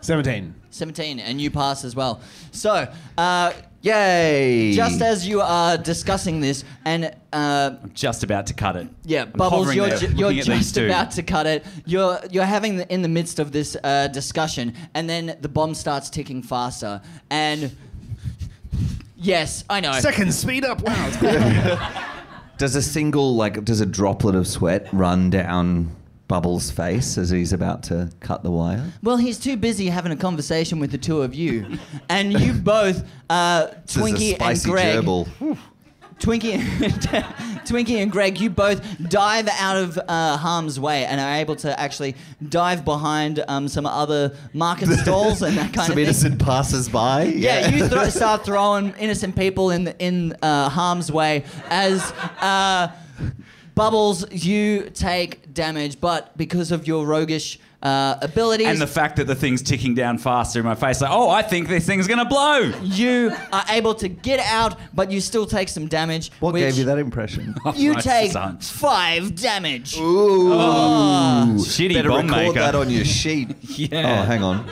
Seventeen.
17, and you pass as well. So, uh,
Yay!
just as you are discussing this, and uh,
Just about to cut it.
Yeah,
I'm
bubbles.
hovering
You're,
there,
ju-
looking
you're
at these
just
two.
about to cut it. You're you're having the, in the midst of this uh, discussion, and then the bomb starts ticking faster. And yes, I know.
Second speed up. Wow. it's
Does a single like does a droplet of sweat run down Bubbles' face as he's about to cut the wire?
Well, he's too busy having a convection with the two of you, and you both, uh,
This is a
Twinkie and
spicy
Greg.
gerbil.
Twinkie, Twinkie and Greg, you both dive out of uh, harm's way and are able to actually dive behind um, some other market stalls and that kind
Some
of thing.
innocent passes by.
Yeah, you throw, start throwing innocent people in the, in uh, harm's way as uh, bubbles. You take damage, but because of your roguish uh, abilities,
And the fact that the thing's ticking down faster in my face, like, oh, I think this thing's gonna blow.
you are able to get out, but you still take some damage.
What
which
gave you that impression?
You
Nice
take
design.
five damage.
Shitty
Better
bomb
record
maker.
that on your sheet.
Yeah.
Oh, hang on.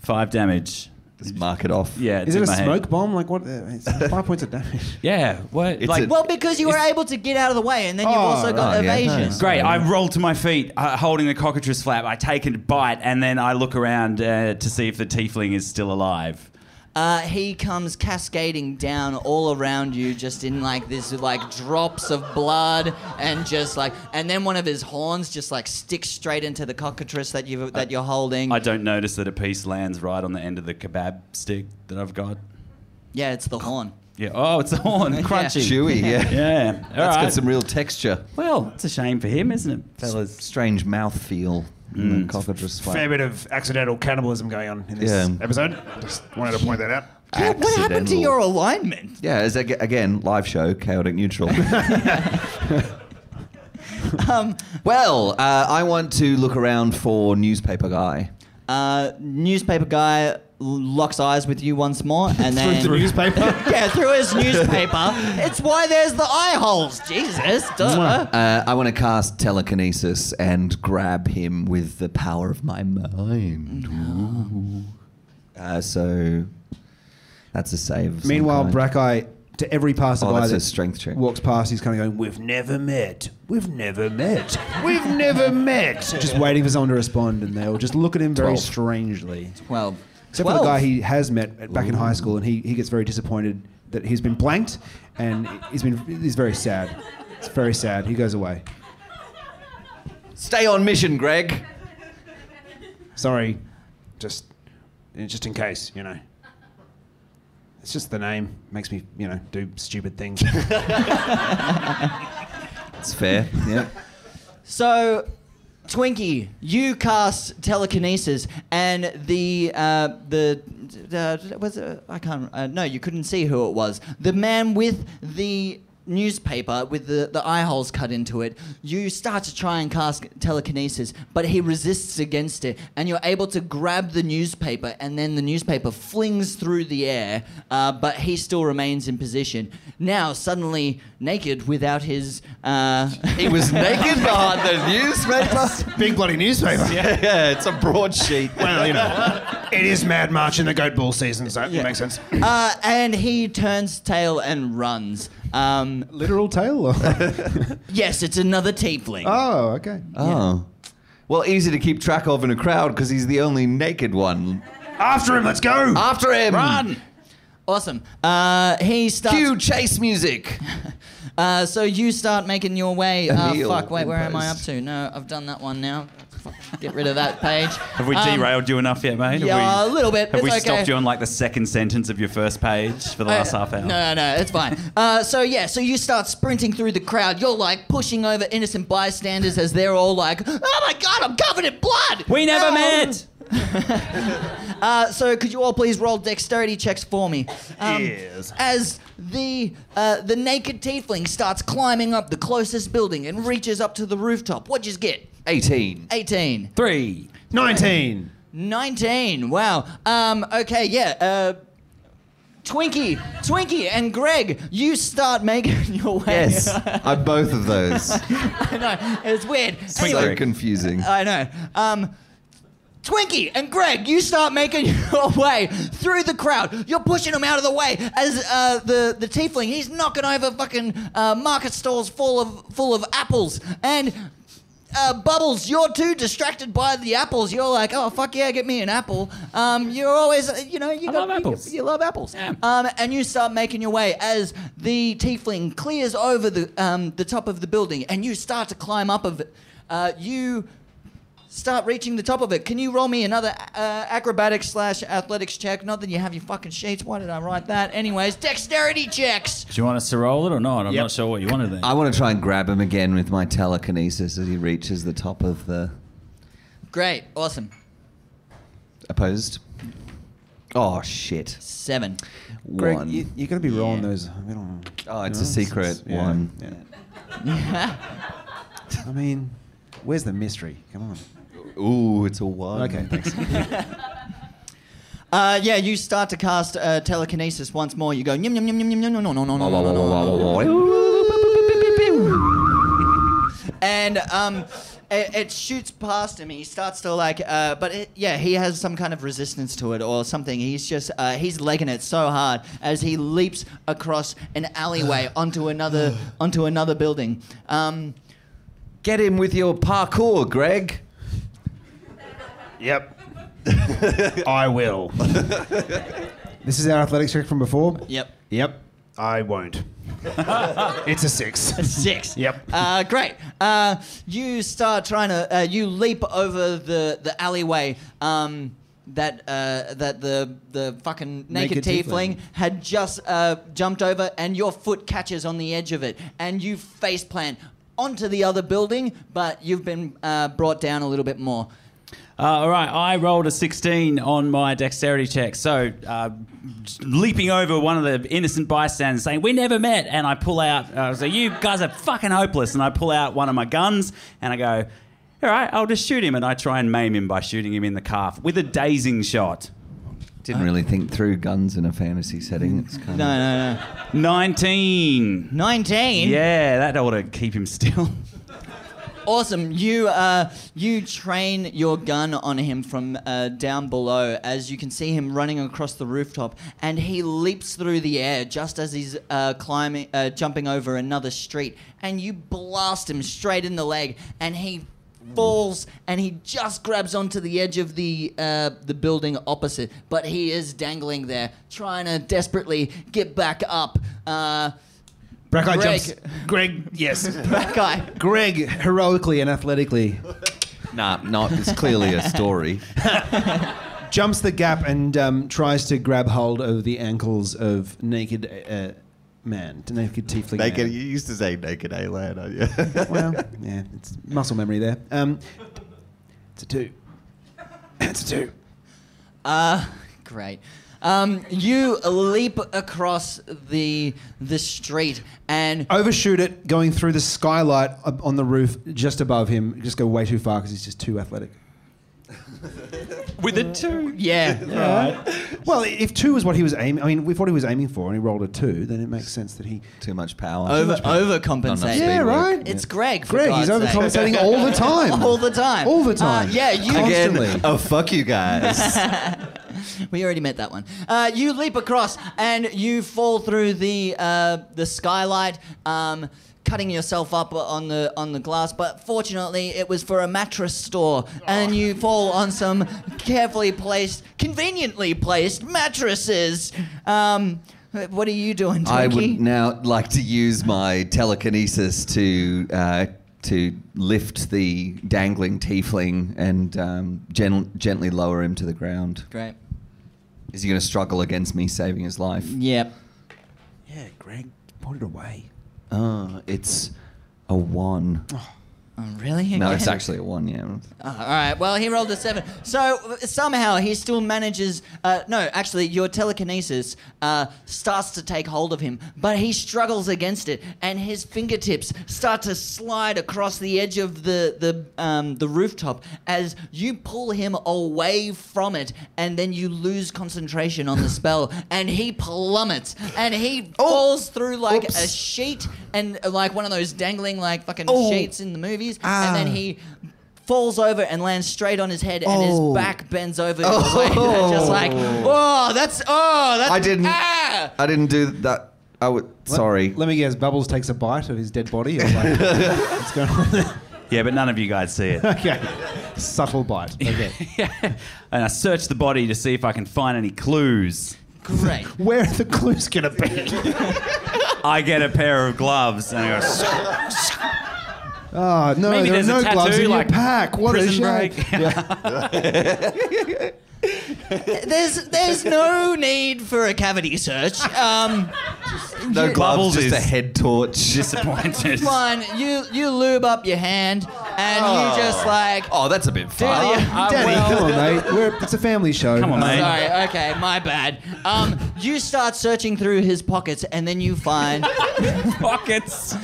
Five damage.
Just mark it off.
Yeah, it's
Is it
in
a
my head.
smoke bomb? Like what? uh, It's five points of damage.
Yeah, what?
It's
like,
a-
Well, because you were able to get out of the way, and then you've
Oh,
also got
right, yeah,
evasion.
nice.
Great. I roll to my feet, uh, holding the cockatrice flap. I take a bite, and then I look around uh, to see if the tiefling is still alive.
Uh, he comes cascading down all around you, just in like this, like drops of blood, and just like, and then one of his horns just like sticks straight into the cockatrice that you that you're holding.
I don't notice that a piece lands right on the end of the kebab stick that I've got.
yeah, it's the horn.
Yeah. Oh, it's a horn, crunchy.
Chewy, yeah.
Yeah. All
That's
right.
got some real texture.
well, it's a shame for him, isn't it, fellas?
Strange mouthfeel.
Hmm.
Mm. Cockatrice flap.
Fair bit of accidental cannibalism going on in this
Yeah.
episode. Just wanted to point that out.
What, what happened to
Accidental.
your alignment?
Yeah, as ag- again, live show, chaotic neutral. well, uh, I want to look around for newspaper guy.
Uh, newspaper guy l- locks eyes with you once more, and then
newspaper.
yeah, through his newspaper. it's why there's the eye holes. Jesus, duh.
Uh, I want to cast telekinesis and grab him with the power of my mind. Ooh. Uh, so that's a save. of some
Meanwhile,
kind.
Brackeye to every passerby
Oh, that's a
that
strength check.
walks past, he's kind of going, "We've never met. We've never met. We've never met." Just waiting for someone to respond, and they all just look at him very
Twelve.
strangely.
Well,
Except for the guy he has met at- back in high school, and he, he gets very disappointed that he's been blanked, and he's been he's very sad. It's very sad. He goes away.
Stay on mission, Greg.
Sorry, just just in case, you know. It's just the name makes me, you know, do stupid things.
It's fair. Yeah.
So, Twinkie, you cast telekinesis, and the uh, the uh, was it, I can't uh, no, you couldn't see who it was. The man with the newspaper with the, the eye holes cut into it you start to try and cast telekinesis but he resists against it and you're able to grab the newspaper and then the newspaper flings through the air uh, but he still remains in position now suddenly naked without his uh,
He was naked behind the newspaper.
Big bloody newspaper.
yeah, it's a broadsheet.
Well, you know, it is Mad March in the goat bull season, so it makes sense.
Uh, and he turns tail and runs. Um,
Literal tail. Or?
yes, it's another tiefling.
oh, okay.
Oh. Well, easy to keep track of in a crowd because he's the only naked one.
After him, let's
Ah,
go.
After him!
Run! Awesome. Uh,
Cue
he starts.
chase music!
Uh, so you start making your way. Uh,
heel
fuck, wait, where am I up
imposed.
to? No, I've done that one now. Fuck, Get rid of that page.
Have we
Um,
derailed you enough yet, mate? Have
yeah,
we-
a little bit.
Have
It's
we
okay.
stopped you on like the second sentence of your first page for the last
Uh,
Oh, half hour?
No, no, no, it's fine. Uh, so yeah, so you start sprinting through the crowd. You're like pushing over innocent bystanders as they're all like, "Oh my god, I'm covered in blood."
We never
Oh.
met.
Uh, so could you all please roll dexterity checks for me? Um,
Yes.
As the uh, the naked tiefling starts climbing up the closest building and reaches up to the rooftop. What would you get?
18.
18.
Three.
19.
19. Wow. Um, okay, yeah. Uh, Twinkie, Twinkie, and Greg, you start making your way.
Yes, I'm both of those.
I know, it's weird.
so confusing.
I know. Um, Twinkie and Greg, you start making your way through the crowd. You're pushing them out of the way as uh, the the tiefling. He's knocking over fucking uh, market stalls full of full of apples and. Uh, Bubbles, you're too distracted by the apples. You're like, oh fuck yeah, get me an apple. Um, you're always, uh, you know, you
I
got
love
you-
apples.
You, love apples. Um, and you start making your way as the tiefling clears over the um, the top of the building, and you start to climb up of it. Uh, you start reaching the top of it. Can you roll me another uh, acrobatic slash athletics check? Not that you have your fucking sheets. Why did I write that? Anyways, dexterity checks.
Do you want us to roll it or not? I'm not sure what you wanted then.
I want to try and grab him again with my telekinesis as he reaches the top of the
Great, awesome.
opposed. Oh, shit.
Seven.
Greg,
One.
You, you're going to be rolling
Yeah.
those. We don't know.
oh, it's
No,
a secret.
it's- yeah,
One.
yeah. I mean, where's the mystery? Come on.
Ooh, it's a one.
Okay, thanks.
Uh, yeah, you start to cast uh, telekinesis once more. You go yum yum yum yum yum yum no no no no no no no no. And um, it, it shoots past him. He starts to like, uh, but it, yeah, he has some kind of resistance to it or something. He's just uh, he's legging it so hard as he leaps across an alleyway onto another onto another building. Um,
Get him with your parkour, Greg.
Yep. I will.
This is our athletics check from before.
yep,
Yep.
I won't. it's a six.
six.
Yep.
Uh, great. Uh, you start trying to. Uh, you leap over the the alleyway. Um, that uh, that the the fucking
Naked
naked, tiefling,
tiefling.
had just uh, jumped over, and your foot catches on the edge of it, and you face plant onto the other building, but you've been uh, brought down a little bit more.
Uh, all right, I rolled a 16 on my dexterity check. So, uh, just leaping over one of the innocent bystanders, saying, We never met. And I pull out, uh, so you guys are fucking hopeless. And I pull out one of my guns and I go, All right, I'll just shoot him. And I try and maim him by shooting him in the calf with a dazing shot.
Didn't really think through guns in a fantasy setting. It's kind
No, no, no.
19.
Nineteen.
Yeah, that ought to keep him still.
Awesome. You uh, you train your gun on him from uh, down below as you can see him running across the rooftop, and he leaps through the air just as he's uh, climbing, uh, jumping over another street, and you blast him straight in the leg, and he falls and he just grabs onto the edge of the uh, the building opposite but he is dangling there trying to desperately get back up uh
Brackeye
Greg.
jumps.
Greg, yes.
that guy
Greg heroically and athletically
Nah, not. It's clearly a story.
jumps the gap and um, tries to grab hold of the ankles of naked uh, man, naked tiefling. man.
you used to say naked A land, aren't you?
Well, yeah, it's muscle memory there. Um, it's a two. It's a two.
Uh, great. Um, you leap across the the street and
Overshoot it, going through the skylight up on the roof just above him. Just go way too far because he's just too athletic.
with a two.
yeah,
Well, i- if two is what he was aiming, I mean, if what he was aiming for, and he rolled a two, then it makes sense that he.
Too much power.
over
Not
overcompensate.
enough
Yeah,
speed work.
right.
It's Greg. For
Greg, he's
God's sake.
overcompensating all the time.
All the time.
All the time.
Uh, yeah, you
Again.
Again, oh fuck you guys.
We already met that one. Uh, you leap across and you fall through the uh, the skylight, um, cutting yourself up on the on the glass. But fortunately, it was for a mattress store, and
Oh.
you fall on some carefully placed, conveniently placed mattresses. Um, what are you doing, Twinkie?
I would now like to use my telekinesis to uh, to lift the dangling tiefling and um, gen- gently lower him to the ground.
Great.
Is he going to struggle against me saving his life?
Yep.
Yeah, Greg, put it away.
Uh, it's a one.
Oh, really?
No,
Again?
it's actually a one. Yeah.
Uh, all right. Well, he rolled a seven. So uh, somehow he still manages. Uh, no, actually, your telekinesis uh, starts to take hold of him, but he struggles against it, and his fingertips start to slide across the edge of the the um, the rooftop as you pull him away from it, and then you lose concentration on the spell, and he plummets, and he falls through like a
Oh, Oops.
sheet, and uh, like one of those dangling like fucking
Oh.
sheets in the movies, and then
Ah.
he falls over and lands straight on his head, and
Oh.
his back bends over your way. Just like, oh, that's oh, that's
I didn't-
Ah!
I didn't do that. I would. Sorry.
Let me guess. Bubbles takes a bite of his dead body. Or like, what's going on? there?
Yeah, but none of you guys see it.
Okay. Subtle bite. Okay.
and I search the body to see if I can find any clues.
Great.
Where are the clues going to be?
I get a pair of gloves and I go, "Sweet."
Oh, no,
Maybe
there are
there's a
no
tattoo,
gloves in
like
your pack. What a
prison
shame. Yeah.
break.
There's there's no need for a cavity search. Um,
No gloves,
Bubbles
just a
is-
head torch.
disappointed.
one, you you lube up your hand, and you just like.
oh, that's a bit far.
do the-
I
Daddy,
will-
come on, mate. We're, it's a family show. Uh,
Come on, mate.
Sorry, okay, my bad. Um, you start searching through his pockets, and then you find
pockets.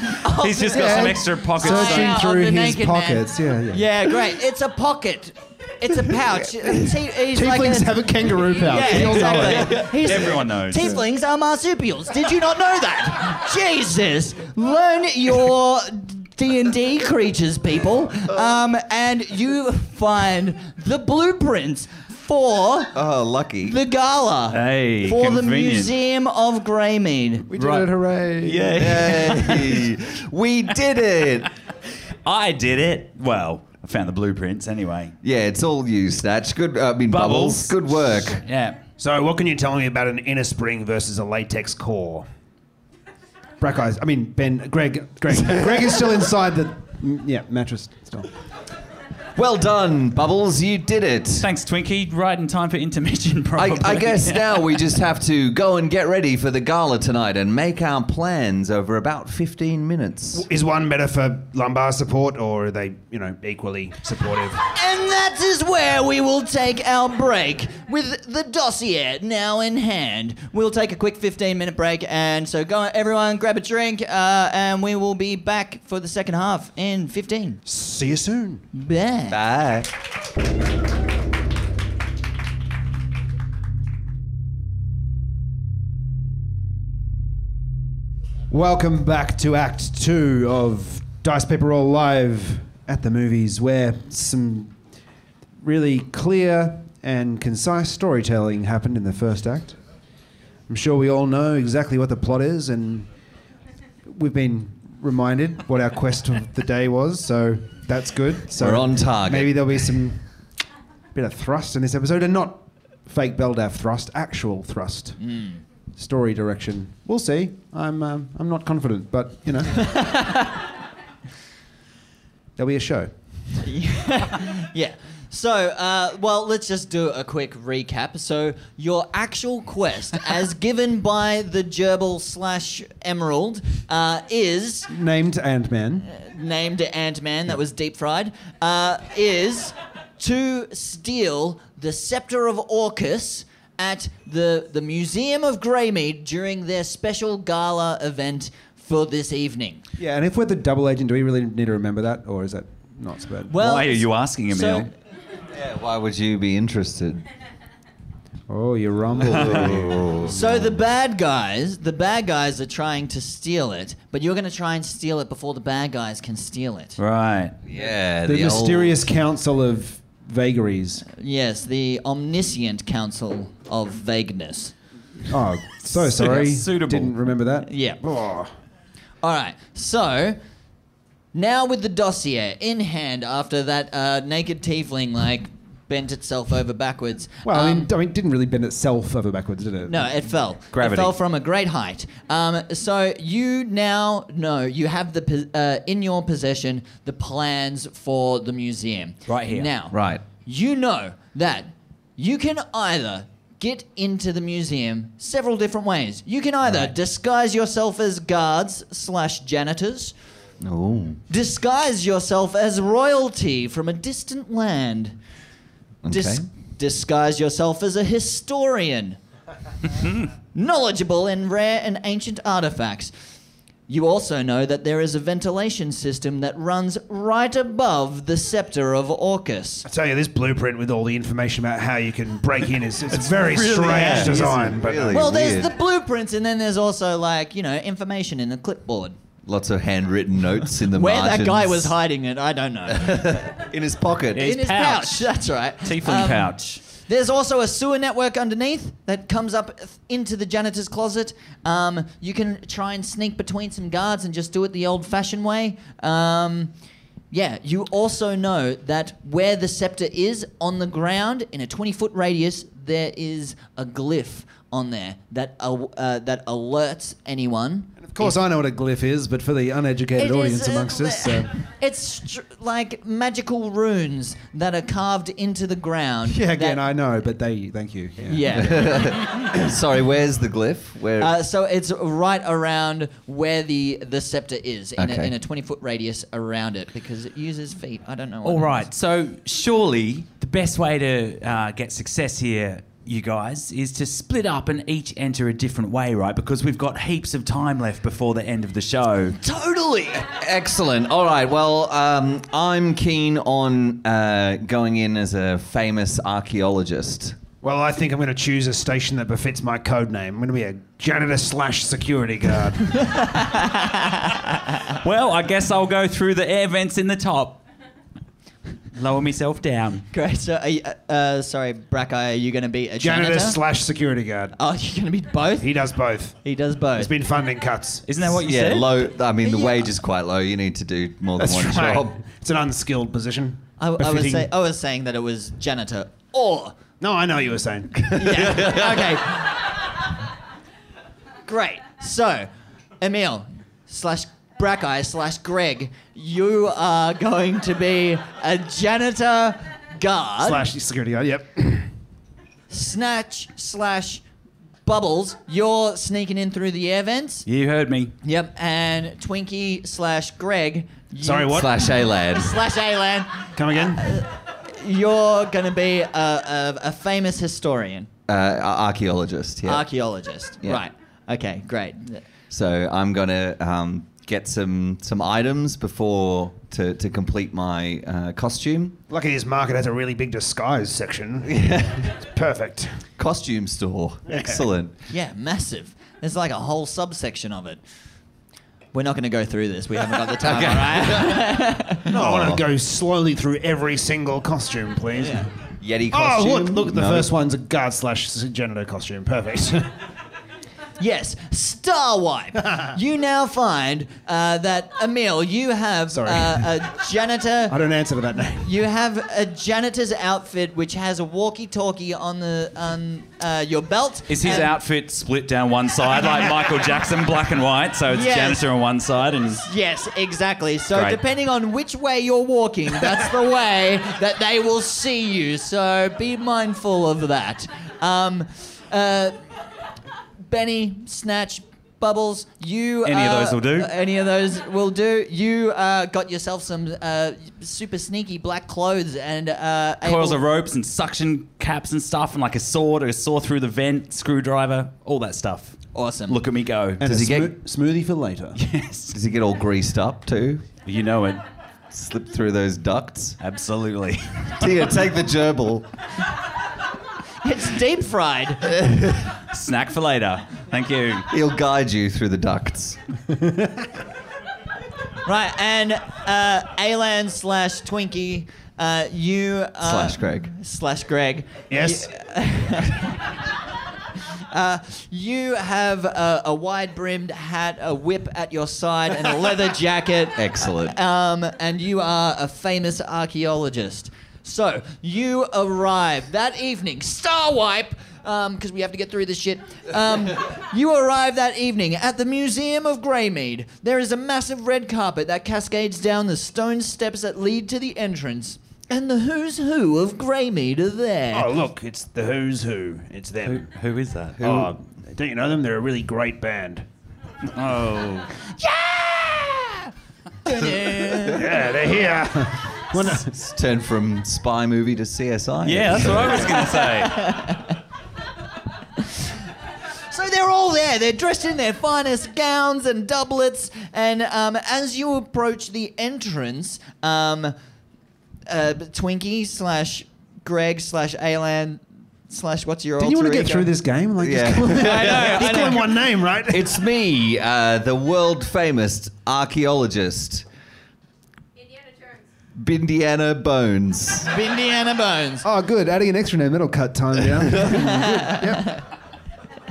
He's just got
yeah.
some extra pockets.
Searching
Yeah,
through
of the
his
naked man.
pockets. Yeah, yeah.
Yeah, great. It's a pocket. It's a pouch. It's, he- he's like
Tieflings
a-
have a kangaroo pouch.
Yeah,
We all know it.
exactly. He's-
Everyone knows.
Tieflings are marsupials. Did you not know that? Jesus, learn your D and D creatures, people, um, and you find the blueprints for
Oh, lucky.
the gala
Hey,
for the
convenient.
Museum of Greymead.
We did it, hooray.
Yeah.
Yay. we did it.
I did it. Well, I found the blueprints anyway.
Yeah, it's all you, Snatch. Good. uh, I mean,
Bubbles.
bubbles. Good work.
Yeah.
So, what can you tell me about an inner spring versus a latex core?
Brack eyes. I mean, Ben, Greg, Greg, Greg is still inside the mm, yeah mattress still.
Well done, Bubbles. You did it.
Thanks, Twinkie. Right in time for intermission,
I,
probably.
I guess now we just have to go and get ready for the gala tonight and make our plans over about 15 minutes.
Is one better for lumbar support, or are they, you know, equally supportive?
And that is where we will take our break with the dossier now in hand. We'll take a quick 15 minute break, and so go everyone grab a drink, uh, and we will be back for the second half in 15.
See you soon.
Bye.
Bye.
Welcome back to Act Two of Dice Paper Roll Live at the movies, where some really clear and concise storytelling happened in the first act. I'm sure we all know exactly what the plot is, and we've been reminded what our quest of the day was, so that's good. So
We're on target.
Maybe there'll be some bit of thrust in this episode, and not fake Beldav thrust, actual thrust
Hmm.
story direction. We'll see. I'm um, I'm not confident, but you know, there'll be a show.
Yeah. So, uh, well, let's just do a quick recap. So, your actual quest, as given by the gerbil slash emerald, uh, is
Named Ant Man.
named Ant Man, that was deep fried, uh, is to steal the scepter of Orcus at the, the Museum of Greymead during their special gala event for this evening.
Yeah, and if we're the double agent, do we really need to remember that, or is that not so bad?
Well,
Why are you asking, Emil?
so-
Yeah, why would you be interested?
Oh, you rumble.
So the bad guys, the bad guys are trying to steal it, but you're going to try and steal it before the bad guys can steal it.
right.
Yeah,
the
old-
mysterious council of vagaries.
Yes, the omniscient council of vagueness.
Oh, so sorry.
Suitable.
Didn't remember that.
Yeah.
Oh.
All right. So now with the dossier in hand, after that uh, naked tiefling like bent itself over backwards.
Well, I
um,
mean, I mean, it didn't really bend itself over backwards, did it?
No, it fell.
Gravity.
It fell from a great height. Um, so you now know you have the pos- uh, in your possession the plans for the museum.
Right here.
Now,
Right.
You know that you can either get into the museum several different ways. You can either disguise yourself as guards slash janitors. Disguise yourself as royalty from a distant land. Dis-
Okay.
disguise yourself as a historian, knowledgeable in rare and ancient artifacts. You also know that there is a ventilation system that runs right above the scepter of Orcus.
I tell you, this blueprint with all the information about how you can break in is it's, very strange design. But
Really
Well, there's
weird.
the blueprints, and then there's also, like, you know, information in a clipboard.
Lots of handwritten notes in the
Where that guy
margins.
was hiding it, I don't know.
in his pocket.
in his pouch. that's right.
Tiefling
Um,
pouch.
There's also a sewer network underneath that comes up th- into the janitor's closet. Um, you can try and sneak between some guards and just do it the old fashioned way. Um, yeah, you also know that where the scepter is on the ground in a 20 foot radius, there is a glyph on there that, aw- uh, that alerts anyone.
Of course, I know what a glyph is, but for the uneducated
It
audience
is, uh,
amongst us,
le-
so.
It's str- like magical runes that are carved into the ground.
Yeah, again,
that-
I know, but they, thank you. Yeah.
Yeah.
Sorry, where's the glyph? Where?
Uh, so it's right around where the, the scepter is in, a,
Okay.
in a 20 foot radius around it because it uses feet. I don't know. What
All
it
right.
is.
So surely the best way to uh, get success here, you guys, is to split up and each enter a different way, right? Because we've got heaps of time left before the end of the show.
Totally. Excellent. All right. Well, um, I'm keen on uh, going in as a famous archaeologist.
Well, I think I'm going to choose a station that befits my code name. I'm going to be a janitor slash security guard.
Well, I guess I'll go through the air vents in the top. Lower myself down.
Great. So, are you, uh, uh, sorry, Brackeye, are you going to be a janitor?
janitor slash security guard.
oh, you're going to be both?
He does both.
He does both.
There's been funding cuts.
Isn't that what you
Yeah,
said?
low. I mean, the
Yeah.
wage is quite low. You need to do more than
That's
one
right.
job.
It's an unskilled position.
I, I, was
Befitting-
say, oh. I was saying that it was janitor or.
No, I know you were saying.
Yeah. okay. Great. So, Emil slash Brackeye slash Greg, you are going to be a janitor guard.
slash security guard. Yep.
Snatch slash Bubbles, you're sneaking in through the air vents.
You heard me.
Yep. And Twinkie slash Greg. you-
Sorry, what?
Slash A lad.
Slash Alan,
Come again?
you're going to be a, a, a famous historian,
Uh, archaeologist. Yeah.
archaeologist.
Yeah.
Right. Okay, great.
So I'm gonna um, get some some items before to, to complete my uh, costume
Lucky this market has a really big disguise section. Yeah. It's perfect.
costume store. Excellent.
Yeah, massive. There's like a whole subsection of it. We're not going to go through this. We haven't got the time, all right?
No, I want to go slowly through every single costume, please.
Yeti
Oh,
costume.
look, look, the
No.
first one's a guard slash janitor costume. Perfect.
Yes, Star Wipe. you now find uh, that, Emil, you have
Sorry.
Uh, a janitor.
I don't answer to that name.
You have a janitor's outfit which has a walkie-talkie on the on uh, your belt.
Is his
and-
outfit split down one side like Michael Jackson, black and white? So it's
Yes.
janitor on one side and he's
Yes, exactly. So
Great.
depending on which way you're walking, that's the way that they will see you. So be mindful of that. Um, uh, Benny, Snatch, Bubbles, you.
Any of
uh,
those will do.
Any of those will do. You uh, got yourself some uh, super sneaky black clothes and uh,
coils
able-
of ropes and suction caps and stuff and like a sword or a saw through the vent, screwdriver, all that stuff.
Awesome.
Look at me go.
And
Does
a
he
smo- smoothie for later?
Yes.
Does he get all greased up too?
You know it.
Slip through those ducts.
Absolutely.
Tia, take the gerbil.
It's deep fried.
Snack for later. Thank you.
He'll guide you through the ducts.
Right, and uh, Alan slash Twinkie, uh, you uh,
Slash Greg.
slash Greg.
Yes.
You, uh, you have a, a wide brimmed hat, a whip at your side, and a leather jacket.
Excellent.
Um, and you are a famous archaeologist. So you arrive that evening, Star Wipe, because we have to get through this shit. Um, you arrive that evening at the Museum of Greymead. There is a massive red carpet that cascades down the stone steps that lead to the entrance, and the who's who of Greymead are there.
Oh, look, it's the who's who. It's them.
Who is that?
Oh, don't you know them? They're a really great band.
Oh.
Yeah, they're here.
It's turned from spy movie to CSI.
Yeah, that's what I was going to say.
So they're all there. They're dressed in their finest gowns and doublets. And um, as you approach the entrance, um, uh, Twinkie slash Greg slash Alan slash what's your
Didn't you
alter
want to get
ego?
through this game? Like, just-
Yeah.
He's doing one name, right?
it's me, uh, the world famous archaeologist,
Indiana Jones.
Bindiana Bones.
Indiana Bones.
oh, good. Adding an extra name, that'll cut time down.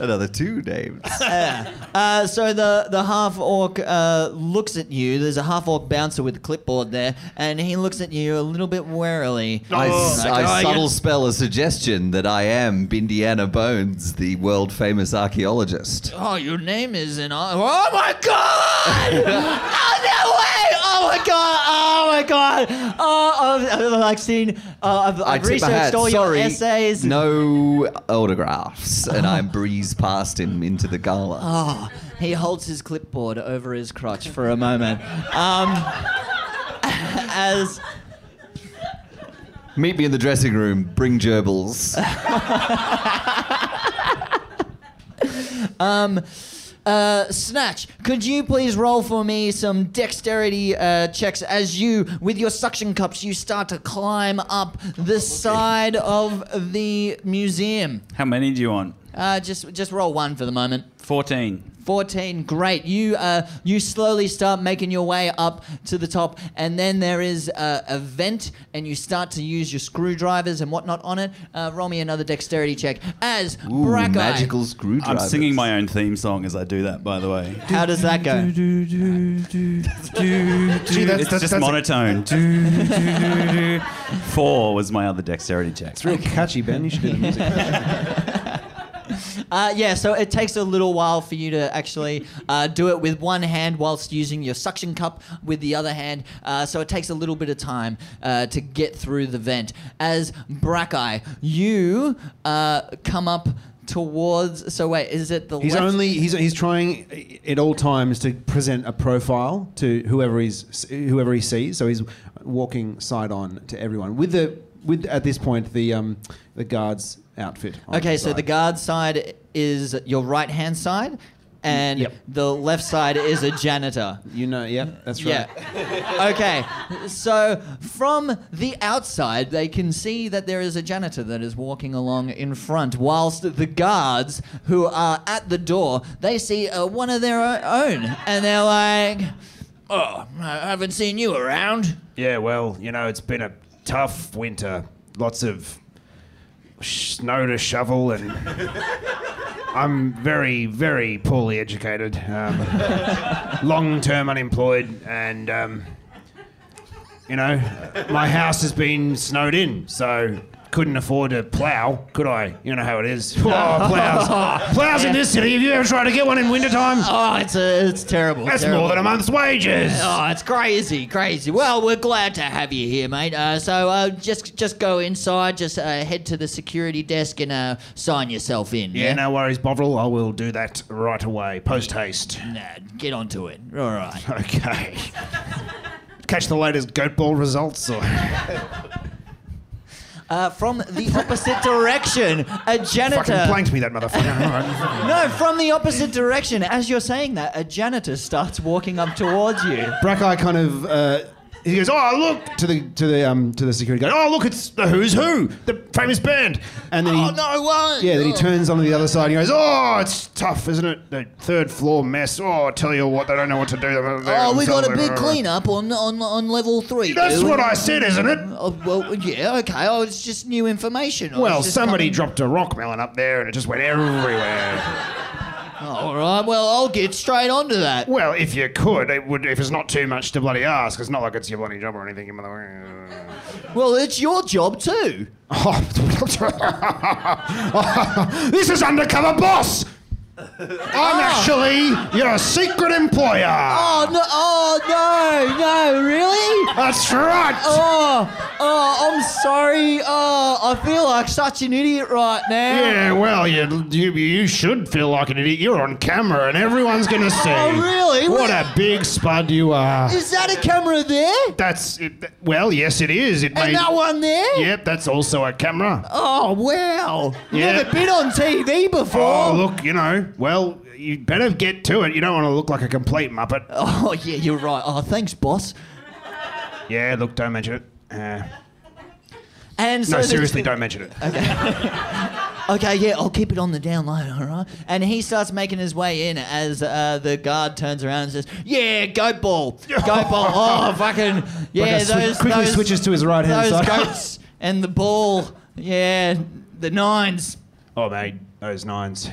Another two names.
Uh, so the, the half orc uh, looks at you. There's a half orc bouncer with a clipboard there, and he looks at you a little bit warily.
I,
Oh,
I
oh,
subtle
yeah.
spell a suggestion that I am Bindiana Bones, the world famous archaeologist.
Oh, your name is in. Oh my god! oh no way! Oh my god! Oh my god! Oh, I've, I've like seen. Uh, I've,
I
I've
tip my
researched
hat.
all
Sorry,
your essays.
No autographs, and I breeze past him into the gala.
Oh, he holds his clipboard over his crotch for a moment. Um, as
Meet me in the dressing room. Bring gerbils.
um, Uh, Snatch, could you please roll for me some dexterity uh, checks as you, with your suction cups, you start to climb up the side of the museum?
How many do you want?
Uh, just, just roll one for the moment.
14.
14 great you uh, you slowly start making your way up to the top and then there is uh, a vent and you start to use your screwdrivers and whatnot on it uh, roll me another dexterity check as
Ooh,
Brackeye.
magical screwdriver.
I'm singing my own theme song as I do that, by the way.
how does that go
Gee, that's-
it's
that's-
just
that's a-
monotone. Do, do, do, do. Four was my other dexterity check.
It's real catchy, Ben. You should do the music.
uh, yeah so it takes a little while for you to actually uh, do it with one hand whilst using your suction cup with the other hand uh, so it takes a little bit of time uh, to get through the vent as Brackeye, you uh, come up towards so wait is it the
He's
left
only he's he's trying i- at all times to present a profile to whoever he's whoever he sees. So he's walking side on to everyone with the with at this point the um the guard's outfit. on
Okay, so the
side.
guard side is your right hand side, and
Yep.
the left side is a janitor.
you know yeah that's right.
Yeah. okay, so from the outside, they can see that there is a janitor that is walking along in front, whilst the guards who are at the door they see uh, one of their o- own, and they're like, "Oh, I haven't seen you around."
Yeah, well, you know, it's been a tough winter. Lots of snow to shovel, and I'm very, very poorly educated. Um, Long term unemployed, and, um, you know, my house has been snowed in, so. Couldn't afford to plow, could I? You know how it is. Oh, plows. plows in this city. Have you ever tried to get one in wintertime?
Oh, it's a, it's terrible.
That's
terrible.
more than a month's wages.
Oh, it's crazy, crazy. Well, we're glad to have you here, mate. Uh, so uh, just just go inside, just uh, head to the security desk and uh, sign yourself in.
Yeah, no worries, Bovril. I will do that right away, post haste.
Nah, get onto it. All right.
Okay. Catch the latest goat ball results, or
Uh, from the opposite direction, a
fucking
janitor.
blanked me that motherfucker. All right.
No, from the opposite direction. As you're saying that, a janitor starts walking up towards you.
Brackeye kind of uh,
He goes, oh look
to the to the um to the security guard.
Oh look, it's the Who's Who, the famous band.
And then he
no way!
yeah then he turns onto the other side. and He goes oh
Oh, it's tough, isn't it? The third floor mess. Oh, I tell you what, they don't know what to do.
Oh, we got a big
cleaner.
cleanup on on on level three.
That's
dude.
what I said, isn't it?
Oh, well, yeah, okay. Oh, it's just new information. I was
Well,
just
somebody
coming-
dropped a rock melon up there, and it just went everywhere.
All right. Well, I'll get straight onto that.
well, if you could, it would. If it's not too much to bloody ask, it's not like it's your bloody job or anything. You mother.
Well, it's your job too.
"Oh, this is undercover boss. I'm
Ah.
actually your secret employer. Ah.
Oh no! Oh no! No, really?
That's right.
Oh, oh, I'm sorry. Oh, I feel like such an idiot right now.
Yeah, well, you, you you should feel like an idiot. You're on camera, and everyone's gonna see.
Oh, really?
What
What-
a big spud you are.
Is that a camera there?
That's it. th- Well, yes, it is. It
And
made.
that one there?
Yep, that's also a camera.
Oh wow!
Yeah.
Never been on TV before.
Oh, look, you know. Well, you better get to it. You don't want to look like a complete muppet.
Oh yeah, you're right. Oh, thanks, boss.
Yeah, look, don't mention it. Uh,
And so
no,
the-
seriously, don't mention it.
Okay, yeah, I'll keep it on the down low, all right? And he starts making his way in as uh, the guard turns around and says, Yeah, goat ball. Goat ball. Oh, fucking. Yeah,
Brackeye swi-
those.
quickly
those-
switches to his right hand
Those
side.
goats and the ball. Yeah, the nines.
Oh, mate, those nines.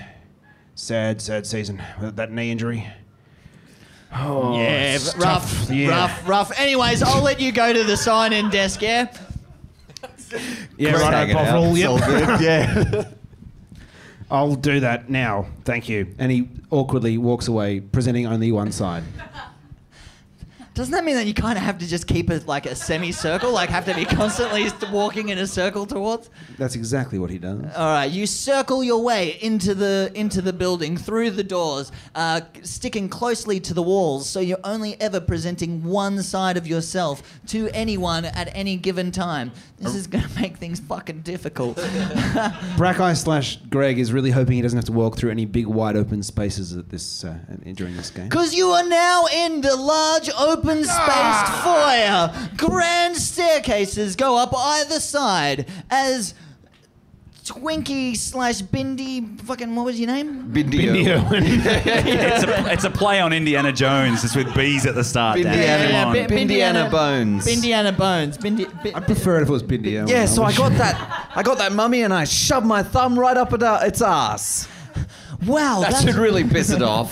Sad, sad season. That knee injury. Oh,
yeah,
it's
rough,
tough. Yeah.
rough, rough. Anyways, I'll let you go to the sign in desk, yeah?
Yeah,
Just
right,
hanging out. It's all good.
Yeah. I'll do that now. Thank you.
and he awkwardly walks away presenting only one side.
Doesn't that mean that you kind of have to just keep it like a semicircle, like have to be constantly st- walking in a circle towards?
That's exactly what he does.
Uh.
All right, you circle your way into the into the building through the doors, uh, sticking closely to the walls, so you're only ever presenting one side of yourself to anyone at any given time. This is gonna make things fucking difficult.
Brackeye slash Greg is really hoping he doesn't have to walk through any big wide open spaces at this uh, during this game.
Because you are now in the large open spaced foyer. Grand staircases go up either side as Twinkie slash Bindi, fucking, what was your name?
Bindio.
it's, a, it's a play on Indiana Jones. It's with bees at the start. Dan.
Indiana-
Come on.
Bin- Bindiana Bones.
Bindiana Bones. Bindi, bi-
I'd prefer it if it was Bindia.
Yeah, so I got that. I got that mummy, and I shoved my thumb right up at uh, its ass.
wow,
That
that's,
should really piss it off.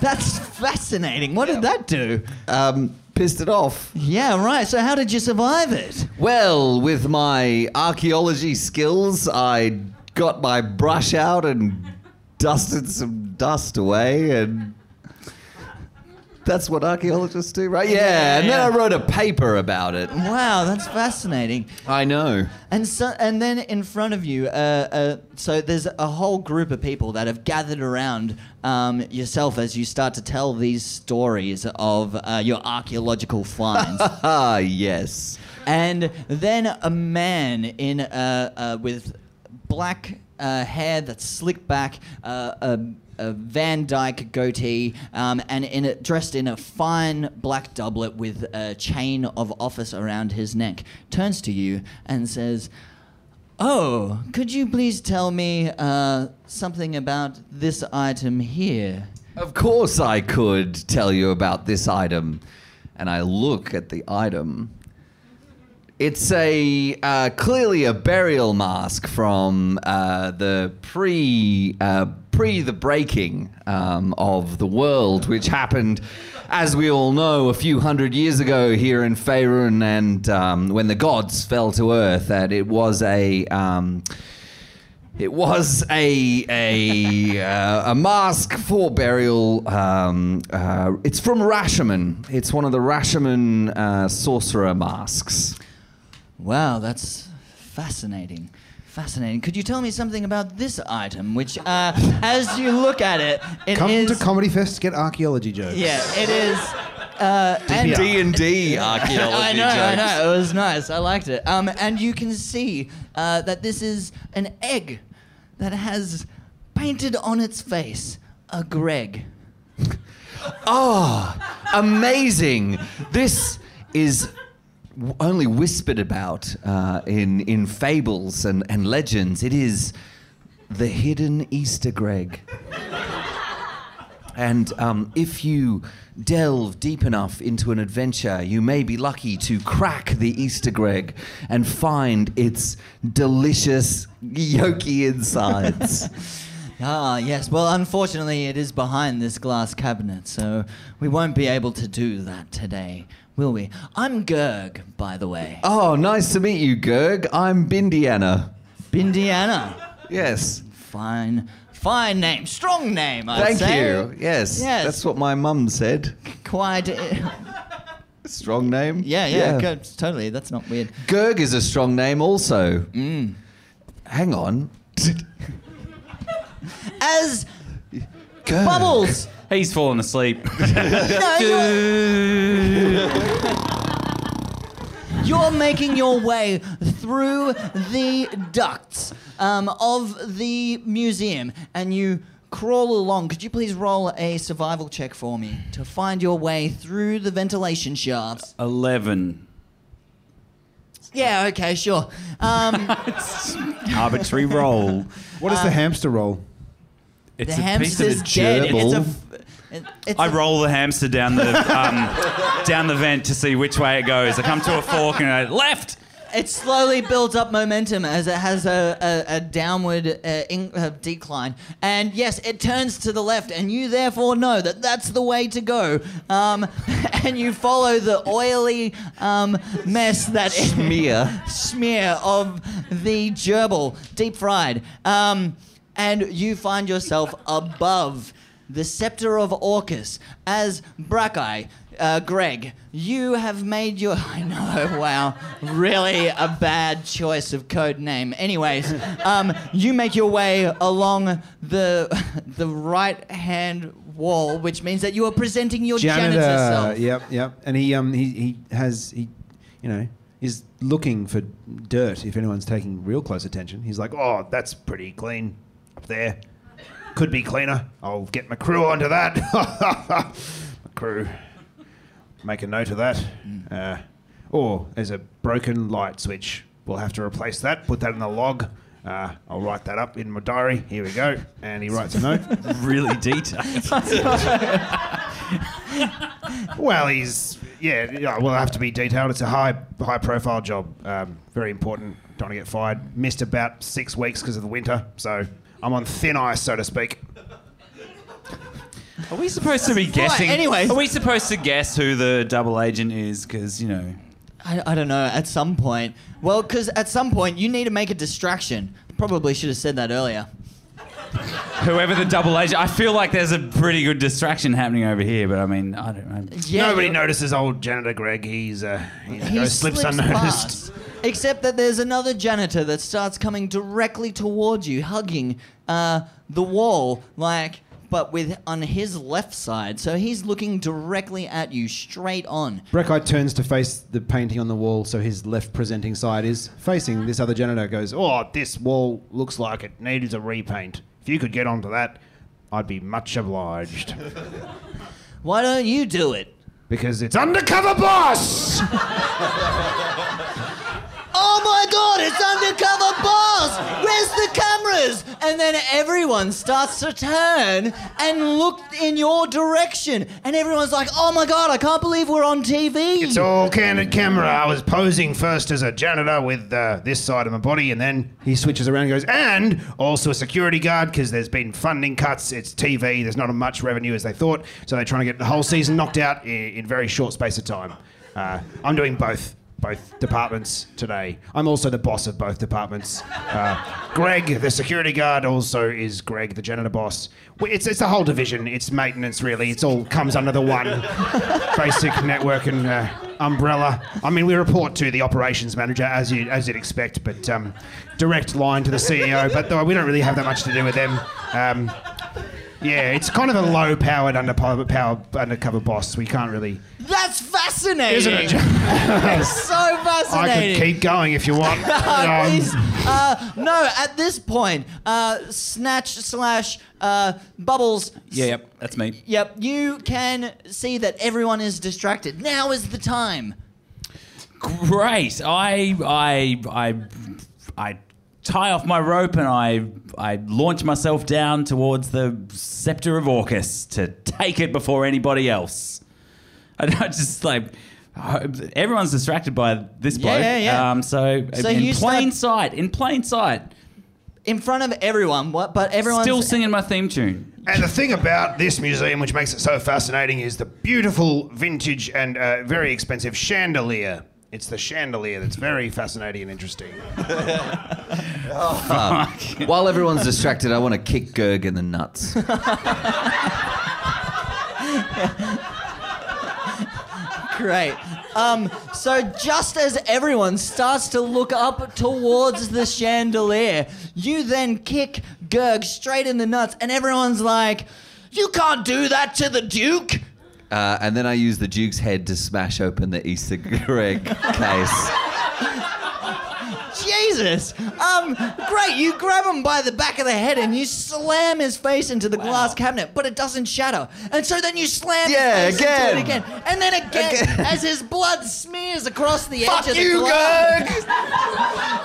that's fascinating. What did that do?
Um, pissed it off.
Yeah, right. So, how did you survive it?
Well, with my archaeology skills, I got my brush out and dusted some dust away, and that's what archaeologists do, right? Yeah,
Yeah,
and then
yeah.
I wrote a paper about it.
Wow, that's fascinating.
I know.
And so, and then in front of you, uh, uh, so there's a whole group of people that have gathered around um, yourself as you start to tell these stories of uh, your archaeological finds.
Ah, yes.
and then a man in uh, uh, with black uh, hair that's slicked back, uh, a, a Van Dyke goatee, um, and in a, dressed in a fine black doublet with a chain of office around his neck, turns to you and says. Oh, could you please tell me uh, something about this item here?
Of course, I could tell you about this item. And I look at the item. It's a uh, clearly a burial mask from uh, the pre uh, pre the breaking um, of the world, which happened, as we all know, a few hundred years ago here in Faerun, and um, when the gods fell to earth, and it was a um, it was a a uh, a mask for burial. Um, uh, it's from Rashomon. It's one of the Rashomon uh, sorcerer masks.
Wow, that's fascinating. Fascinating. Could you tell me something about this item, which, uh, as you look at it, it is
Come to Comedy Fest to get archaeology jokes.
yeah, it is. Uh, and-
D and D archaeology.
I know,
jokes.
I know. It was nice. I liked it. Um, and you can see uh, that this is an egg that has painted on its face a Greg.
Amazing! This is w- only whispered about uh, in in fables and, and legends. It is the hidden Easter Greg. And um, if you delve deep enough into an adventure, you may be lucky to crack the Easter Greg and find its delicious yolky insides.
Ah, yes. Well, unfortunately, it is behind this glass cabinet, so we won't be able to do that today, will we? I'm Gerg, by the way.
oh, nice to meet you, Gerg. I'm Bindiana.
Bindiana.
Yes.
Fine. Fine name. Strong name, I'd
Thank
say.
you. Yes,
Yes.
That's what my mum said.
Quite. eh,
Strong name.
Yeah, yeah, Good. Totally. That's not weird.
Gerg is a strong name also.
Mm.
Hang on.
As
Gerg.
Bubbles.
He's fallen asleep.
No, you're, You're making your way through the ducts um, of the museum and you crawl along. Could you please roll a survival check for me to find your way through the ventilation shafts?
Eleven.
Yeah, okay, sure. Um,
Arbitrary roll.
What
uh,
is the hamster roll?
It's
the
a piece of a
hamster's dead. It's a.
gerbil.
f- it- it's
I
a-
roll the hamster down the um, down the vent to see which way it goes. I come to a fork and I left.
It slowly builds up momentum as it has a, a, a downward uh, in, uh, decline. And yes, it turns to the left, and you therefore know that that's the way to go. Um, and you follow the oily um, mess that
Mia.
smear of the gerbil, deep fried. Um, and you find yourself above the scepter of Orcus as Brackeye uh, Greg, you have made your. I know, wow. Really a bad choice of code name. Anyways, um, you make your way along the, the right hand wall, which means that you are presenting your janitor, self.
Yep, yep. And he um he, he has he you know is looking for dirt if anyone's taking real close attention. He's like,
Oh, that's pretty clean up there. Could be cleaner. I'll get my crew onto that. my crew. Make a note of that. Uh, or there's a broken light switch. We'll have to replace that. Put that in the log. Uh, I'll write that up in my diary. Here we go. And he writes a note.
really detailed.
Well, he's yeah. yeah, We'll have to be detailed. It's a high high profile job. Um, very important. Don't want to get fired. Missed about six weeks because of the winter, so I'm on thin ice, so to speak.
Are we supposed to be guessing?
anyways.
are we supposed to guess who the double agent is? Because you know,
I, I don't know. At some point, well, because at some point you need to make a distraction. Probably should have said that earlier.
whoever the double agent. I feel like there's a pretty good distraction happening over here, but I mean, I don't know.
Yeah,
Nobody
you-
notices old janitor Greg. He's uh, he,
He
goes- slips, unnoticed.
past. Except that there's another janitor that starts coming directly towards you, hugging uh, the wall, like, but with on his left side. So he's looking directly at you, straight on.
Breckite turns to face the painting on the wall, so his left presenting side is facing this other janitor. Goes, oh,
Oh, this wall looks like it needs a repaint. If you could get onto that, I'd be much obliged.
Why don't you do it?
Because it's undercover boss.
Oh my god, it's undercover boss! Where's the cameras? And then everyone starts to turn and look in your direction. And everyone's like, oh my god, I can't believe we're on TV.
It's all candid camera. I was posing first as a janitor with uh, this side of my body, and then he switches around and goes, and also a security guard because there's been funding cuts. It's TV. There's not as much revenue as they thought, so they're trying to get the whole season knocked out in, in very short space of time. Uh, I'm doing both. Both departments today. I'm also the boss of both departments. Uh, Greg, the security guard, also is Greg, the janitor boss. We- It's it's a whole division. It's maintenance, really. It's all comes under the one basic network and uh, umbrella. I mean, we report to the operations manager as you as you'd expect, but um, direct line to the CEO. But though we don't really have that much to do with them. Um, yeah, it's kind of a low-powered, underpowered, power, undercover boss. We can't really.
That's fascinating.
Isn't it?
That's so
I
fascinating.
could keep going if you want.
Uh,
Um,
please, uh, no, at this point, uh, Snatch slash uh, Bubbles.
Yeah, yep, that's me.
Yep, you can see that everyone is distracted. Now is the time.
Great. I I I I tie off my rope and I I launch myself down towards the scepter of Orcus to take it before anybody else. And I just like hope that- everyone's distracted by this
Yeah,
bloke.
yeah, yeah.
Um, so,
So
in
you
plain sight, in plain sight,
In front of everyone, what? But everyone's
still singing my theme tune.
And the thing about this museum, which makes it so fascinating, is the beautiful vintage and uh, very expensive chandelier. It's the chandelier that's very fascinating and interesting.
While everyone's distracted, I want to kick Gerg in the nuts.
Great. Um, so just as everyone starts to look up towards the chandelier, you then kick Gerg straight in the nuts, and everyone's like, "You can't do that to the Duke."
Uh, and then I use the Duke's head to smash open the Easter Greg case.
Jesus! Um, great. You grab him by the back of the head and you slam his face into the glass cabinet, but it doesn't shatter. And so then you slam
Yeah,
his face into it
again.
again, and then again,
Again.
as his blood smears across the edge
Fuck
of the
you,
glass.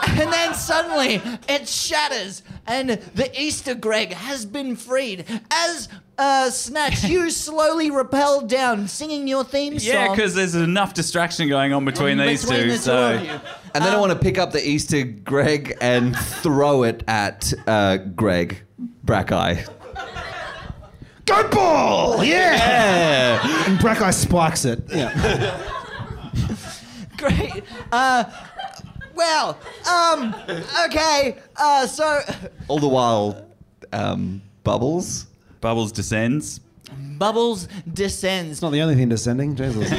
Gerg!
And then suddenly it shatters, and the Easter Greg has been freed. As uh, Snatch, you slowly rappel down, singing your theme song.
Yeah, because there's enough distraction going on between, these
between
two.
the two
so.
of you. Um,
And then I want to pick up the Easter Greg and throw it at uh, Greg Brackeye.
Go ball! Yeah!
and Breckite spikes it. Yeah.
Great. Uh, well, um, okay. Uh, so
All the while, um, Bubbles.
Bubbles descends.
Bubbles descends,
Not the only thing descending. Jesus.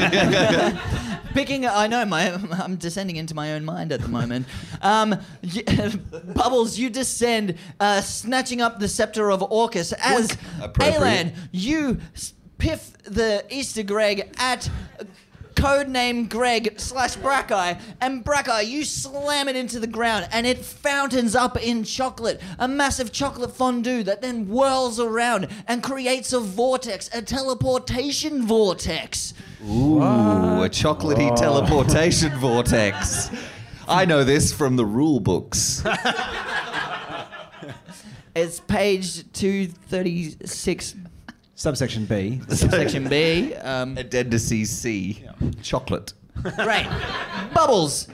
picking. I know my. I'm descending into my own mind at the moment. Um, y- Bubbles, you descend, uh, snatching up the scepter of Orcus as
Appropriate.
Alan. You s- piff the Easter Greg at. Codename Greg slash Brackeye and Brackeye, you slam it into the ground and it fountains up in chocolate, a massive chocolate fondue that then whirls around and creates a vortex, a teleportation vortex.
Ooh, a chocolatey
Oh.
teleportation vortex. I know this from the rule books.
It's page 236,
Subsection B.
section B. Um,
Adendices C. Chocolate.
great. Bubbles.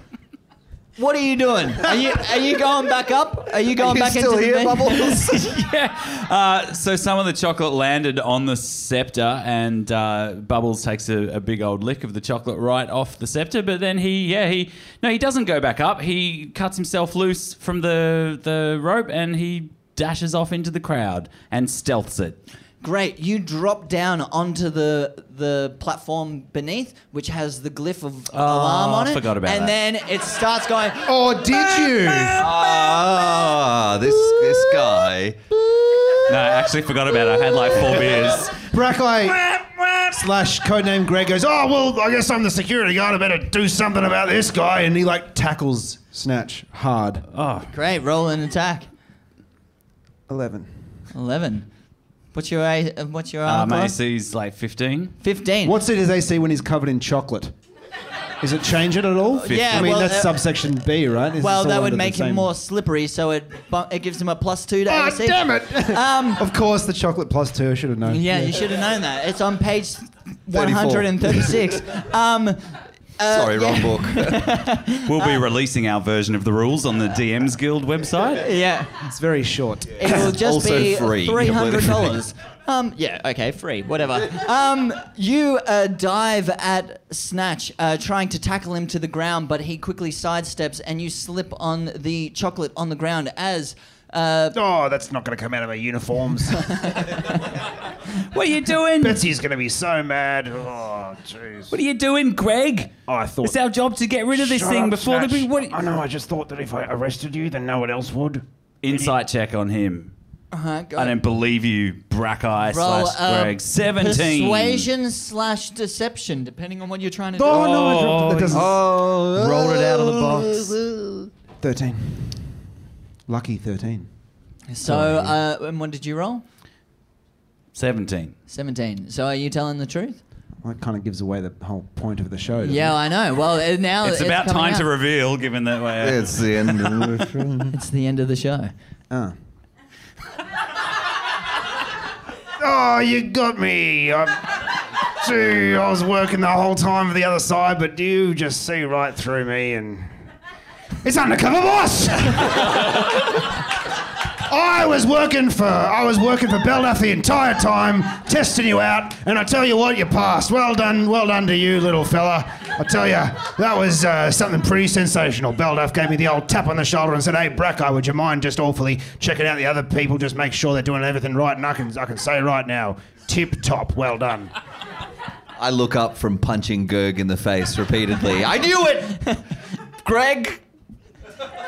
What are you doing? Are you are you going back up? Are you going
you
back
still
into
here,
the bubbles?
Uh, so some of the chocolate landed on the scepter, and uh, Bubbles takes a, a big old lick of the chocolate right off the scepter. But then he, yeah, he no, he doesn't go back up. He cuts himself loose from the the rope, and he dashes off into the crowd and stealths it.
Great. You drop down onto the the platform beneath, which has the glyph of alarm on
I
it.
forgot about
And
that.
then it starts going.
Or Oh, did you?
Ah, this this guy.
No, I actually forgot about it. I had like four beers.
Brackeye slash codename Greg goes, oh, well, I guess I'm the security guard. I better do something about this guy. And he, like, tackles Snatch hard.
Great. Roll an attack.
11.
Eleven. What's your A- uh, what's your armor
Um,
class?
AC's like fifteen.
Fifteen.
What's it his AC when he's covered in chocolate? Is it change it at all?
Yeah,
I mean,
well,
that's
uh,
subsection B, right? Is
Well,
this
that
all
would
under the
make him
same-
more slippery, so it bu- it gives him a plus two to
Ah,
AC.
damn it!
Um,
of course, the chocolate plus two. I should have known.
yeah, you should have known that. It's on page 136. um, uh,
Sorry,
yeah.
wrong book.
We'll be releasing our version of the rules on the DMs Guild website.
Yeah,
It's very short.
it will just
Also
be
free.
three hundred dollars. Um, yeah, okay, free, whatever. Um, you uh, dive at Snatch, uh, trying to tackle him to the ground, but he quickly sidesteps, and you slip on the chocolate on the ground as. Uh,
Oh, that's not going to come out of my uniforms.
What are you doing? What
Betsy's going to be so mad. Oh, jeez.
are you doing, Greg?
Oh, I thought.
It's our job to get rid of this
Shut
thing
up,
before the
Snatch.
big. What?
I know. I just thought that if I arrested you, then no one else would.
Insight check on him.
uh, go-
I don't believe you, Brackeye
roll,
slash
uh,
Greg. 17.
Persuasion slash deception, depending on what you're trying to do.
Oh, no, I dropped it. That doesn't.
oh,
rolled it out of the box. Thirteen. Lucky thirteen.
So, uh, and what did you roll?
17.
17. So, are you telling the truth?
Well, that kind of gives away the whole point of the show. doesn't
Yeah, I know. Well, uh, now
It's, about time to
reveal.
reveal, given that we're.
It's the end of the film.
It's the end of the show.
It? Ah.
Oh, you got me. I'm, gee, I was working the whole time for the other side, but you just see right through me and. It's undercover boss! I was working for I was working for Belduff the entire time, testing you out, and I tell you what, you passed. Well done, well done to you, little fella. I tell you, that was uh, something pretty sensational. Belduff gave me the old tap on the shoulder and said, "Hey, Brackeye, would you mind just awfully checking out the other people? Just make sure they're doing everything right." And I can I can say right now, tip top, well done.
I look up from punching Gerg in the face repeatedly. I knew it! Greg!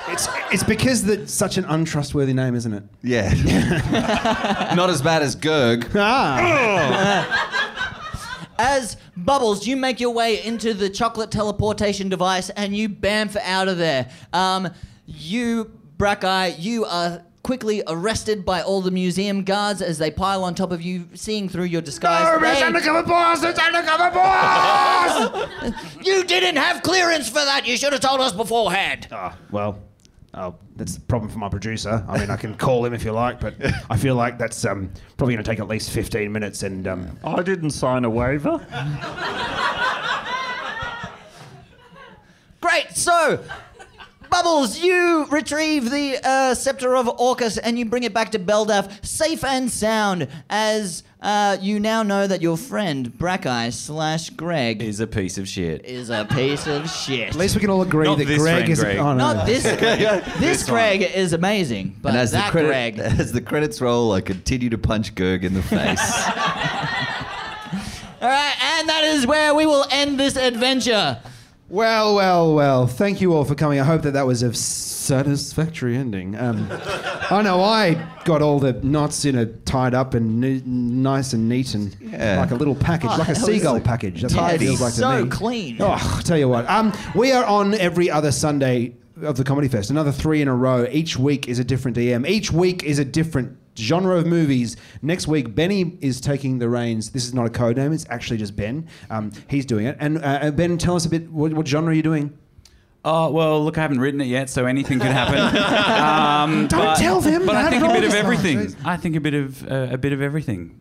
It's it's because that's such an untrustworthy name, isn't it?
Yeah. Not as bad as Gerg.
Ah.
As Bubbles, you make your way into the chocolate teleportation device and you bamf out of there. Um, you, Brackeye, you are quickly arrested by all the museum guards as they pile on top of you, seeing through your disguise.
Oh, it's
They-
undercover boss! It's undercover boss!
you didn't have clearance for that. You should have told us beforehand.
Ah, well, oh, that's a problem for my producer. I mean, I can call him if you like, but I feel like that's um, probably going to take at least 15 minutes. And um,
I didn't sign a waiver.
Great. So, Bubbles, you retrieve the uh, scepter of Orcus and you bring it back to Beldaf, safe and sound, as uh, you now know that your friend Brackeye slash Greg
Is a piece of shit.
is a piece of shit.
At least we can all agree
Not
that
this
Greg
friend,
is.
Greg.
Oh, no.
Not this Greg. this
This one.
Greg is amazing, but
And as the,
that
credit,
Greg.
as the credits roll, I continue to punch Gerg in the face.
All right, and that is where we will end this adventure.
Well, well, well. Thank you all for coming. I hope that that was a satisfactory ending. Um, I know I got all the knots in it tied up and ne- nice and neat and like a little package, like a
Oh, that was
seagull package. That's how it
Tidy.
feels like to
so
me.
clean.
Oh, I'll tell you what. Um, we are on every other Sunday of the Comedy Fest. Another three in a row. Each week is a different DM. Each week is a different genre of movies. Next week, Benny is taking the reins. This is not a code name. It's actually just Ben. Um, he's doing it. And uh, uh, Ben, tell us a bit. What, what genre are you doing?
Oh well, look, I haven't written it yet, so anything could happen. um,
Don't tell them
But I
that
think
at
a
all
bit of
this time.
everything.
Jeez.
I think a bit of uh, a bit of everything.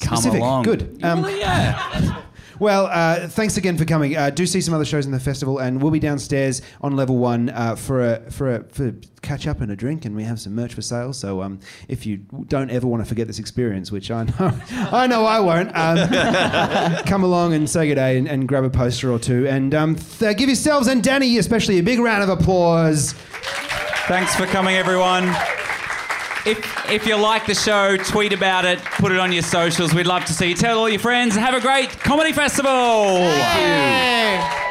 Come
Specific.
along.
Good. Um,
Well, yeah.
Well, uh, thanks again for coming. Uh, do see some other shows in the festival, and we'll be downstairs on level one uh, for a for a for a catch up and a drink, and we have some merch for sale. So um, if you don't ever want to forget this experience, which I know I know I won't, um, come along and say good day and, and grab a poster or two, and um, th- give yourselves and Danny especially a big round of applause.
Thanks for coming, everyone. If, if you like the show, tweet about it, put it on your socials. We'd love to see you. Tell all your friends. Have a great comedy festival.
Hey.